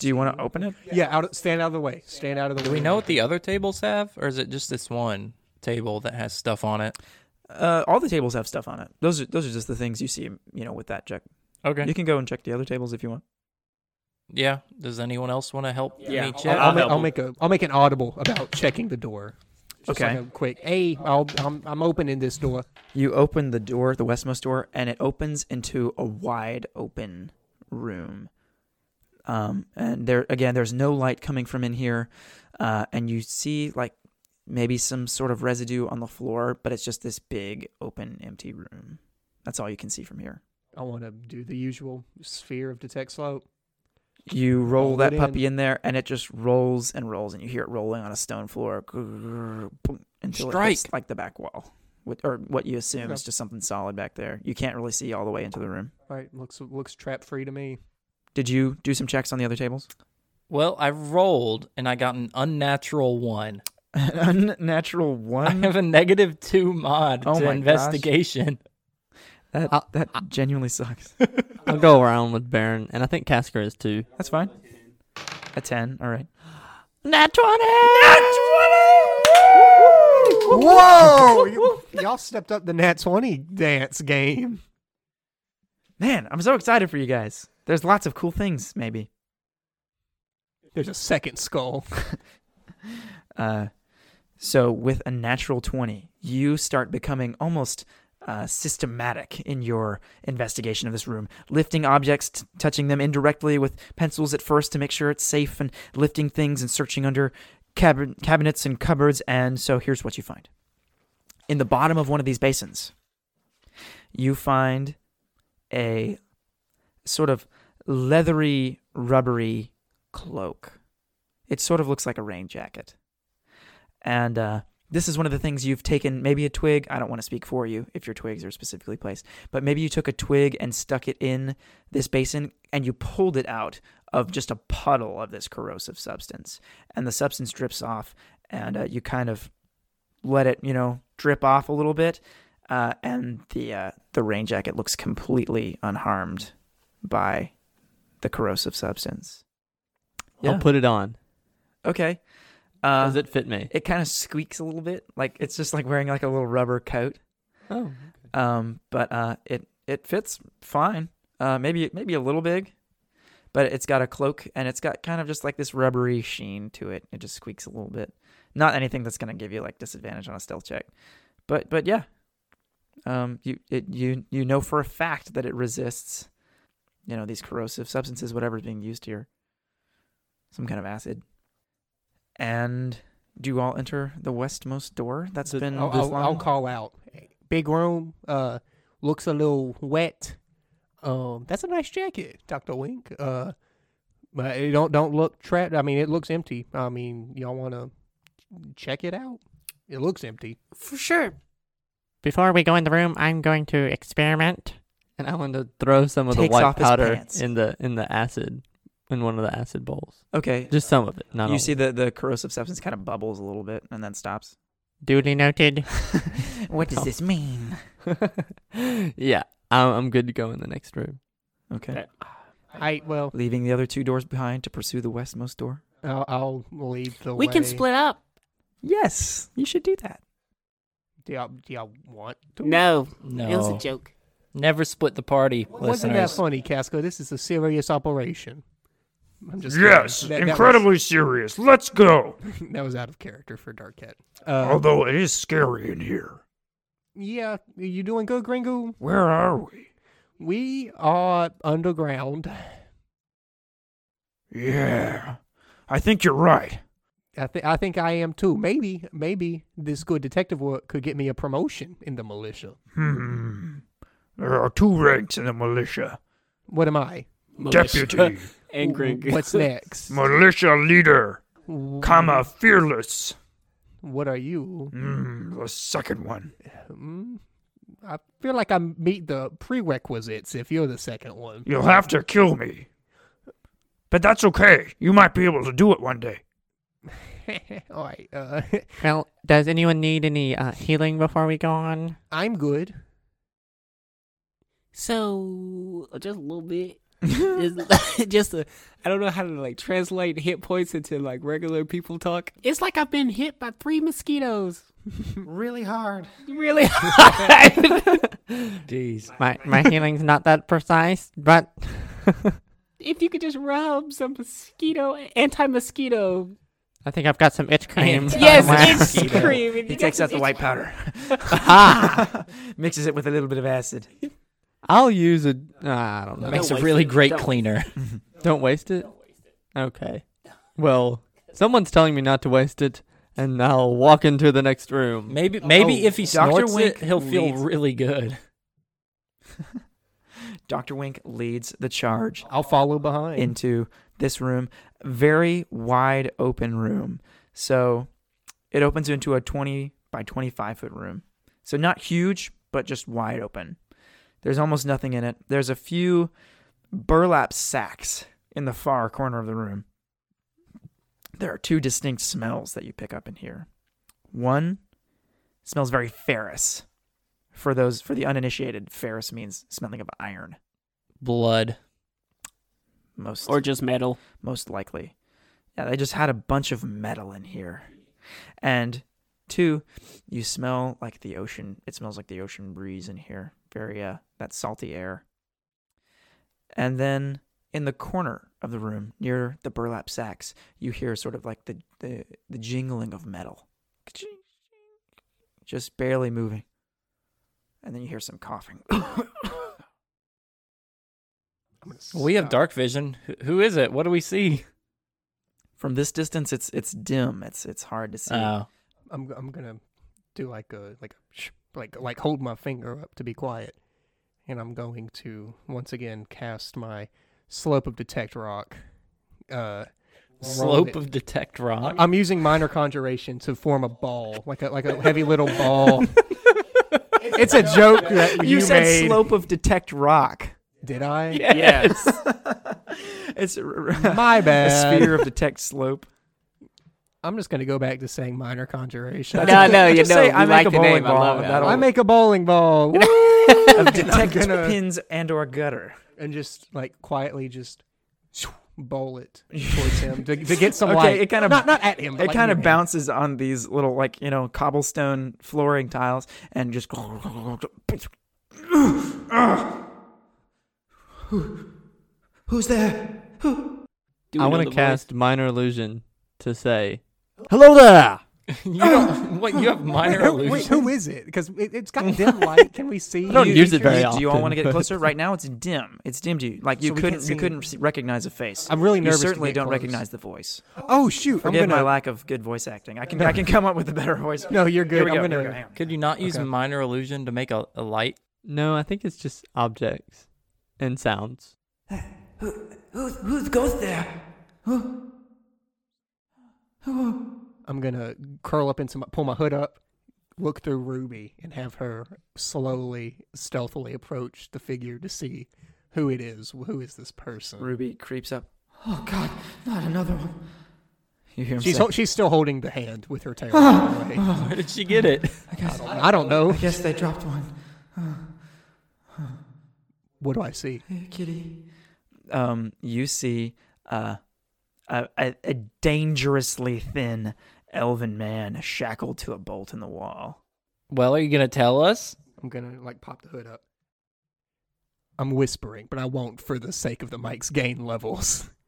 [SPEAKER 1] do you want to open it?
[SPEAKER 4] Yeah, out. of- Stand out of the way. Stand out of the way.
[SPEAKER 2] Do we know what the other tables have, or is it just this one table that has stuff on it?
[SPEAKER 1] Uh, all the tables have stuff on it. Those are those are just the things you see. You know, with that check,
[SPEAKER 2] Okay.
[SPEAKER 1] you can go and check the other tables if you want.
[SPEAKER 2] yeah. Does anyone else want to help
[SPEAKER 3] Yeah,
[SPEAKER 2] me
[SPEAKER 3] I'll-
[SPEAKER 2] check?
[SPEAKER 4] I'll, ma-
[SPEAKER 3] help
[SPEAKER 4] I'll
[SPEAKER 3] him.
[SPEAKER 4] make a. I'll make an audible about checking the door. Just
[SPEAKER 1] Okay.
[SPEAKER 4] Like a quick. Hey, I'll, I'm I'm opening this door.
[SPEAKER 1] You open the door, the westmost door, and it opens into a wide open room. Um, and there again, there's no light coming from in here, uh, and you see like maybe some sort of residue on the floor, but it's just this big open empty room. That's all you can see from here.
[SPEAKER 4] I want to do the usual sphere of detect slope.
[SPEAKER 1] You roll
[SPEAKER 4] Roll
[SPEAKER 1] that
[SPEAKER 4] it
[SPEAKER 1] puppy in. there, and it just rolls and rolls, and you hear it rolling on a stone floor grrr, boom, until it hits
[SPEAKER 2] Strike.
[SPEAKER 1] like the back wall, What- or what you assume is
[SPEAKER 4] Okay.
[SPEAKER 1] just something solid back there. You can't really see all the way into the room.
[SPEAKER 4] All right, looks looks trap free to me.
[SPEAKER 1] Did you do some checks on the other tables?
[SPEAKER 2] well, I rolled and I got an unnatural one.
[SPEAKER 1] An unnatural
[SPEAKER 2] I
[SPEAKER 1] one.
[SPEAKER 2] have a negative two mod
[SPEAKER 1] Oh
[SPEAKER 2] to
[SPEAKER 1] my
[SPEAKER 2] investigation.
[SPEAKER 1] That
[SPEAKER 5] I'll-
[SPEAKER 1] that genuinely sucks.
[SPEAKER 5] I'll go around with Baron, and I think Kasker is too.
[SPEAKER 1] That's fine. A ten. All right.
[SPEAKER 5] Nat 20!
[SPEAKER 4] Whoa! Oh, you, y'all stepped up the nat twenty dance game.
[SPEAKER 1] Man, I'm so excited for you guys. There's lots of cool things. Maybe.
[SPEAKER 4] There's a second skull.
[SPEAKER 1] Uh, so with a natural 20, you start becoming almost uh, systematic in your investigation of this room, lifting objects, t- touching them indirectly with pencils at first to make sure it's safe, and lifting things and searching under cab- cabinets and cupboards. And so here's what you find in the bottom of one of these basins, you find a sort of leathery, rubbery cloak. It sort of looks like a rain jacket and uh, this is one of the things you've taken maybe a twig i don't want to speak for you if your twigs are specifically placed but maybe you took a twig and stuck it in this basin and you pulled it out of just a puddle of this corrosive substance and the substance drips off and uh, you kind of let it you know drip off a little bit uh, and the uh, the rain jacket looks completely unharmed by the corrosive substance Yeah.
[SPEAKER 5] I'll put it on.
[SPEAKER 1] okay uh,
[SPEAKER 5] Does it fit me?
[SPEAKER 1] it kind of squeaks a little bit like it's just like wearing like a little rubber coat
[SPEAKER 5] Oh.
[SPEAKER 1] um but uh it it fits fine uh maybe maybe a little big but it's got a cloak and it's got kind of just like this rubbery sheen to it it just squeaks a little bit not anything that's going to give you like disadvantage on a stealth check but but yeah um you it you you know for a fact that it resists you know these corrosive substances whatever's being used here some kind of acid and do you all enter the westmost door that's
[SPEAKER 5] The-
[SPEAKER 1] been
[SPEAKER 4] I'll, I'll, I'll
[SPEAKER 1] long?
[SPEAKER 4] call out. Big room. Uh, looks a little wet. Um, that's a nice jacket, Doctor Wink. Uh, but it don't don't look trapped. I mean, it looks empty. I mean, y'all want to check it out? It looks empty.
[SPEAKER 7] For sure.
[SPEAKER 6] Before we go in the room, I'm going to experiment.
[SPEAKER 5] And I want to throw some of the
[SPEAKER 1] Takes
[SPEAKER 5] white
[SPEAKER 1] off his
[SPEAKER 5] powder
[SPEAKER 1] pants.
[SPEAKER 5] in the in the acid, in one of the acid bowls.
[SPEAKER 1] okay
[SPEAKER 5] Just some of it. Not
[SPEAKER 1] you
[SPEAKER 5] all.
[SPEAKER 1] see the, the corrosive substance kind of bubbles a little bit and then stops.
[SPEAKER 6] Duly noted.
[SPEAKER 1] What
[SPEAKER 5] does
[SPEAKER 1] this mean?
[SPEAKER 5] yeah, I'm, I'm good to go in the next room.
[SPEAKER 1] Okay.
[SPEAKER 3] That-
[SPEAKER 4] I well,
[SPEAKER 1] Leaving the other two doors behind to pursue the westmost door?
[SPEAKER 4] I'll, I'll lead the
[SPEAKER 7] We
[SPEAKER 4] way.
[SPEAKER 7] can split up.
[SPEAKER 1] Yes, you should do that.
[SPEAKER 4] Do y'all, do y'all want to?
[SPEAKER 7] No,
[SPEAKER 2] No.
[SPEAKER 7] it was a joke.
[SPEAKER 2] Never split the party,
[SPEAKER 4] Wasn't that
[SPEAKER 2] listeners.
[SPEAKER 4] funny, Casco? This is a serious operation. I'm just kidding.
[SPEAKER 8] Yes,
[SPEAKER 4] That- that was-
[SPEAKER 8] incredibly serious. Let's go.
[SPEAKER 4] that was out of character for Darkette. Uh,
[SPEAKER 8] Although it is scary in here.
[SPEAKER 4] yeah, you doing good, Gringo?
[SPEAKER 8] Where are we?
[SPEAKER 4] We are underground.
[SPEAKER 8] Yeah. I think you're right.
[SPEAKER 4] I, th- I think I am too. Maybe, maybe this good detective work could get me a promotion in the militia.
[SPEAKER 8] Hmm. There are two ranks in the militia.
[SPEAKER 4] What am I?
[SPEAKER 8] Deputy
[SPEAKER 3] angry.
[SPEAKER 4] What's next?
[SPEAKER 8] Militia leader, comma fearless.
[SPEAKER 4] What are you? Hmm?
[SPEAKER 8] Mm, the second one.
[SPEAKER 4] I feel like I meet the prerequisites if you're the second one.
[SPEAKER 8] You'll have to kill me. But that's okay. You might be able to do it one day.
[SPEAKER 4] All right. Uh,
[SPEAKER 6] Well, does anyone need any uh, healing before we go on?
[SPEAKER 4] I'm good.
[SPEAKER 3] So uh, just a little bit. just, just a, I don't know how to like translate hit points into like regular people talk.
[SPEAKER 7] It's like I've been hit by three mosquitoes.
[SPEAKER 4] Really hard.
[SPEAKER 3] Really?
[SPEAKER 2] Jeez.
[SPEAKER 6] My my healing's not that precise, but
[SPEAKER 7] If you could just rub some mosquito, anti mosquito.
[SPEAKER 6] I think I've got some itch cream.
[SPEAKER 7] Yes, it's cream.
[SPEAKER 1] He takes out the white powder, mixes it with a little bit of acid.
[SPEAKER 5] I'll use a. ah, I don't know.
[SPEAKER 2] Makes a really great cleaner.
[SPEAKER 5] Don't waste it. Okay. Well, someone's telling me not to waste it, and I'll walk into the next room.
[SPEAKER 2] Maybe maybe
[SPEAKER 1] Oh,
[SPEAKER 2] if he
[SPEAKER 1] Dr.
[SPEAKER 2] snorts
[SPEAKER 1] Wink
[SPEAKER 2] it, he'll feel
[SPEAKER 1] leads-
[SPEAKER 2] really good.
[SPEAKER 1] Dr. Wink leads the charge
[SPEAKER 4] I'll follow behind.
[SPEAKER 1] into this room, very wide open room. So it opens into a 20 by 25 foot room. So not huge, but just wide open. There's almost nothing in it. There's a few burlap sacks in the far corner of the room. There are two distinct smells that you pick up in here. One smells very ferrous. For those for the uninitiated, ferrous means smelling of iron.
[SPEAKER 2] Blood.
[SPEAKER 1] Most
[SPEAKER 7] Or just metal.
[SPEAKER 1] most likely. Yeah, they just had a bunch of metal in here. And two, you smell like the ocean. It smells like the ocean breeze in here. Very, uh, that salty air. And then in the corner of the room, near the burlap sacks, you hear sort of like the, the, the jingling of metal. Just barely moving. And then you hear some coughing.
[SPEAKER 2] We have dark vision. Who- Who is it? What do we see?
[SPEAKER 1] From this distance, it's it's dim. It's it's hard to see.
[SPEAKER 2] Oh.
[SPEAKER 4] I'm I'm gonna do like a like a sh- like like hold my finger up to be quiet, and I'm going to once again cast my slope of detect rock. Uh,
[SPEAKER 2] Slope
[SPEAKER 4] roll it.
[SPEAKER 2] of detect rock.
[SPEAKER 4] I'm using minor conjuration to form a ball, like a like a heavy little ball. it's a joke that you,
[SPEAKER 1] you, said
[SPEAKER 4] made.
[SPEAKER 1] slope of detect rock.
[SPEAKER 4] Did I?
[SPEAKER 2] Yes.
[SPEAKER 1] it's a,
[SPEAKER 4] My
[SPEAKER 1] a
[SPEAKER 4] bad.
[SPEAKER 1] sphere of detect slope.
[SPEAKER 4] I'm just gonna go back to saying minor conjuration.
[SPEAKER 3] no, no, you
[SPEAKER 1] Just
[SPEAKER 3] know,
[SPEAKER 1] say,
[SPEAKER 3] you
[SPEAKER 1] "I make
[SPEAKER 3] like
[SPEAKER 1] a
[SPEAKER 3] the
[SPEAKER 1] bowling
[SPEAKER 3] name. I
[SPEAKER 1] ball
[SPEAKER 3] love
[SPEAKER 1] and
[SPEAKER 3] it.
[SPEAKER 1] that'll-
[SPEAKER 4] I make a bowling ball. Woo!
[SPEAKER 1] of detect
[SPEAKER 4] gonna-
[SPEAKER 1] pins and or gutter.
[SPEAKER 4] and just like quietly just bowl it towards him to, to get some
[SPEAKER 1] Okay,
[SPEAKER 4] light.
[SPEAKER 1] it kind of-
[SPEAKER 4] not not at him. but,
[SPEAKER 1] It
[SPEAKER 4] like,
[SPEAKER 1] kind
[SPEAKER 4] near
[SPEAKER 1] of
[SPEAKER 4] him.
[SPEAKER 1] bounces on these little like you know cobblestone flooring tiles and just. Who's there?
[SPEAKER 5] I want to cast minor illusion to say,
[SPEAKER 6] Hello there.
[SPEAKER 2] you don't, what you have minor
[SPEAKER 4] Wait, who-
[SPEAKER 2] illusion.
[SPEAKER 4] wait, who is it? Because it, it's got dim light. Can we see?
[SPEAKER 5] don't use it very
[SPEAKER 1] do you all
[SPEAKER 5] often,
[SPEAKER 1] want to get
[SPEAKER 5] but-
[SPEAKER 1] closer? Right now, it's dim. It's dim to you. Like you
[SPEAKER 4] So we can't
[SPEAKER 1] couldn't, you
[SPEAKER 4] see.
[SPEAKER 1] couldn't see- recognize a face.
[SPEAKER 4] I'm really
[SPEAKER 1] you
[SPEAKER 4] nervous. to
[SPEAKER 1] certainly
[SPEAKER 4] get
[SPEAKER 1] don't
[SPEAKER 4] close.
[SPEAKER 1] recognize the voice.
[SPEAKER 4] Oh shoot!
[SPEAKER 1] Forgive
[SPEAKER 4] I'm
[SPEAKER 1] my
[SPEAKER 4] gonna.
[SPEAKER 1] lack of good voice acting. I can, I can come up with a better voice.
[SPEAKER 4] No, you're good.
[SPEAKER 1] Here we go.
[SPEAKER 4] I'm
[SPEAKER 1] here we
[SPEAKER 4] gonna.
[SPEAKER 1] go, hang on.
[SPEAKER 2] Could you not use
[SPEAKER 4] Okay.
[SPEAKER 2] minor illusion to make a, a light?
[SPEAKER 5] "No, I think it's just objects and sounds."
[SPEAKER 1] Who, who goes there?
[SPEAKER 4] I'm gonna curl up into my pull my hood up, look through Ruby, and have her slowly, stealthily approach the figure to see who it is. Who is this person?
[SPEAKER 1] Ruby creeps up. Oh God, not another one. You hear him
[SPEAKER 4] She's
[SPEAKER 1] say,
[SPEAKER 4] hol- she's still holding the hand with her tail. by the way.
[SPEAKER 2] Where did she get it?
[SPEAKER 1] Ah. I guess, I,
[SPEAKER 4] I don't know.
[SPEAKER 1] guess they dropped one. Ah,
[SPEAKER 4] What do I see?
[SPEAKER 1] Hey, kitty. Um, you see uh, a, a, a dangerously thin elven man shackled to a bolt in the wall.
[SPEAKER 2] Well, are you gonna tell us?
[SPEAKER 4] I'm gonna like pop the hood up. I'm whispering, but I won't for the sake of the mic's gain levels.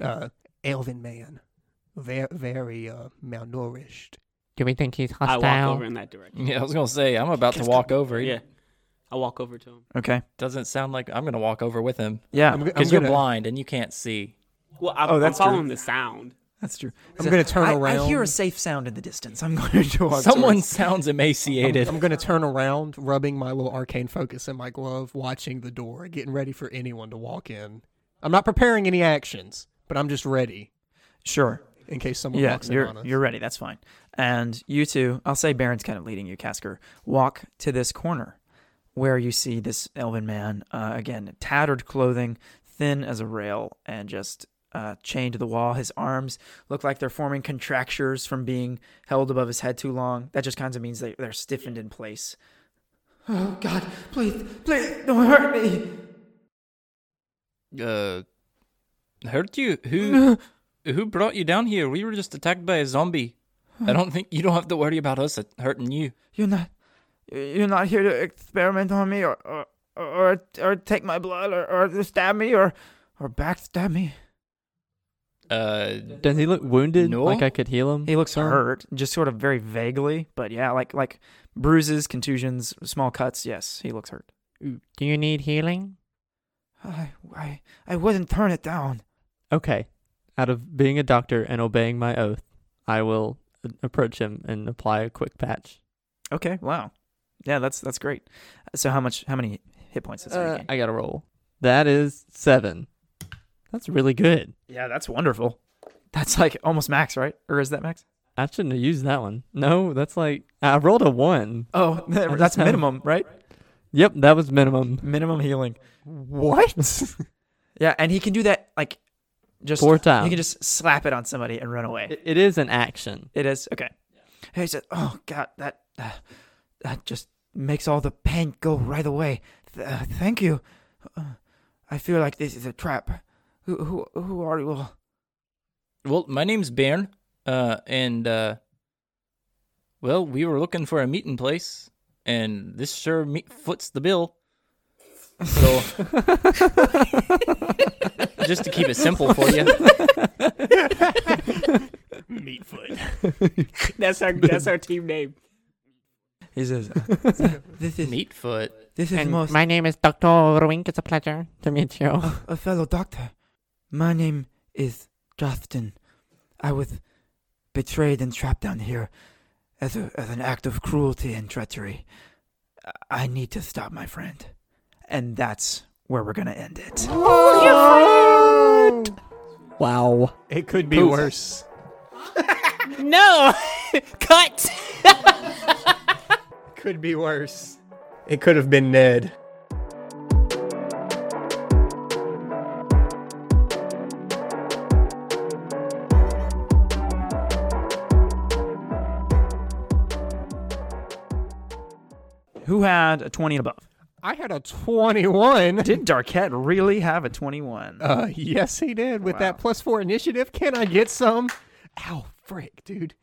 [SPEAKER 4] Uh, Elven man, very, very uh, malnourished.
[SPEAKER 6] Do we think he's
[SPEAKER 7] I
[SPEAKER 6] hostile?
[SPEAKER 7] walk over in that direction.
[SPEAKER 2] Yeah, I was gonna say I'm about to walk over.
[SPEAKER 7] Yeah. I walk over to him.
[SPEAKER 1] Okay.
[SPEAKER 2] Doesn't sound like I'm gonna walk over with him
[SPEAKER 1] Yeah,
[SPEAKER 4] I'm, go- I'm
[SPEAKER 2] because you're
[SPEAKER 4] gonna-
[SPEAKER 2] blind and you can't see.
[SPEAKER 7] Well, I,
[SPEAKER 1] Oh,
[SPEAKER 7] am
[SPEAKER 1] that's
[SPEAKER 7] following the sound.
[SPEAKER 1] that's true.
[SPEAKER 4] I'm gonna turn
[SPEAKER 1] I- I
[SPEAKER 4] around.
[SPEAKER 1] hear a safe sound in the distance. I'm going to walk.
[SPEAKER 2] Someone
[SPEAKER 1] towards-
[SPEAKER 2] sounds
[SPEAKER 4] I'm,
[SPEAKER 2] emaciated.
[SPEAKER 4] I'm gonna turn around, rubbing my little arcane focus in my glove, watching the door, getting ready for anyone to walk in. I'm not preparing any actions, but I'm just ready
[SPEAKER 1] Sure.
[SPEAKER 4] in case someone
[SPEAKER 1] Yeah,
[SPEAKER 4] walks in
[SPEAKER 1] you're
[SPEAKER 4] on us.
[SPEAKER 1] you're ready. That's fine. And you two, I'll say Baron's kind of leading you, Casker. Walk to this corner where you see this elven man uh, again, tattered clothing, thin as a rail, and just uh, chained to the wall. His arms look like they're forming contractures from being held above his head too long. That just kind of means they, they're stiffened in place. Oh God! Please, please don't hurt me.
[SPEAKER 2] Uh, hurt you? Who? who brought you down here? We were just attacked by a zombie. I don't think you don't have to worry about us hurting you.
[SPEAKER 1] You're not. You're not here to experiment on me, or or or, or take my blood, or, or stab me, or or backstab me.
[SPEAKER 2] Uh,
[SPEAKER 5] Does he look wounded?
[SPEAKER 2] No.
[SPEAKER 5] Like I could heal him?
[SPEAKER 1] He looks
[SPEAKER 5] Some?
[SPEAKER 1] hurt, just sort of very vaguely, but yeah, like like bruises, contusions, small cuts. Yes, he looks hurt.
[SPEAKER 6] Mm. Do you need healing?
[SPEAKER 1] I I I wouldn't turn it down.
[SPEAKER 5] Okay. Out of being a doctor and obeying my oath, I will a- approach him and apply a quick patch.
[SPEAKER 1] Okay, wow, yeah, that's that's great. So how much? How many hit points does he
[SPEAKER 5] Uh,
[SPEAKER 1] regain?
[SPEAKER 5] I got to roll. That is seven. That's really good.
[SPEAKER 1] Yeah, that's wonderful. That's like almost max, right? Or is that max?
[SPEAKER 5] I shouldn't have used that one. No, that's like I rolled a one.
[SPEAKER 1] Oh, that's
[SPEAKER 5] have-
[SPEAKER 1] minimum, right?
[SPEAKER 5] Yep, that was minimum.
[SPEAKER 1] Minimum healing.
[SPEAKER 5] What?
[SPEAKER 1] Yeah, and he can do that like just
[SPEAKER 5] Four times.
[SPEAKER 1] He can just slap it on somebody and run away.
[SPEAKER 5] it is an action.
[SPEAKER 1] It is okay. He said, "Oh God, that uh, that just makes all the pain go right away. Th- uh, thank you. Uh, I feel like this is a trap. Who who who are you? all?"
[SPEAKER 2] well, my name's Bairn, uh, and uh, well, we were looking for a meeting place, and this sure meet foots the bill. So, just to keep it simple for you,
[SPEAKER 3] Meatfoot. that's our that's our team name.
[SPEAKER 1] He says, "This is
[SPEAKER 2] Meatfoot.
[SPEAKER 1] this is
[SPEAKER 6] And
[SPEAKER 1] most
[SPEAKER 6] my name is Dr. Wink. It's a pleasure to meet you.
[SPEAKER 1] a, a fellow doctor. My name is Justin. I was betrayed and trapped down here as, a, as an act of cruelty and treachery. I- I need to stop my friend. And that's where we're going to end it.
[SPEAKER 5] Wow.
[SPEAKER 4] It could be worse.
[SPEAKER 3] No, cut.
[SPEAKER 4] Could be worse. It could have been Ned.
[SPEAKER 1] Who had a 20 and above?
[SPEAKER 4] I had a 21.
[SPEAKER 1] Did Darquette really have a 21?
[SPEAKER 4] Uh, yes, he did. With that plus four initiative, can I get some? Ow, frick, dude.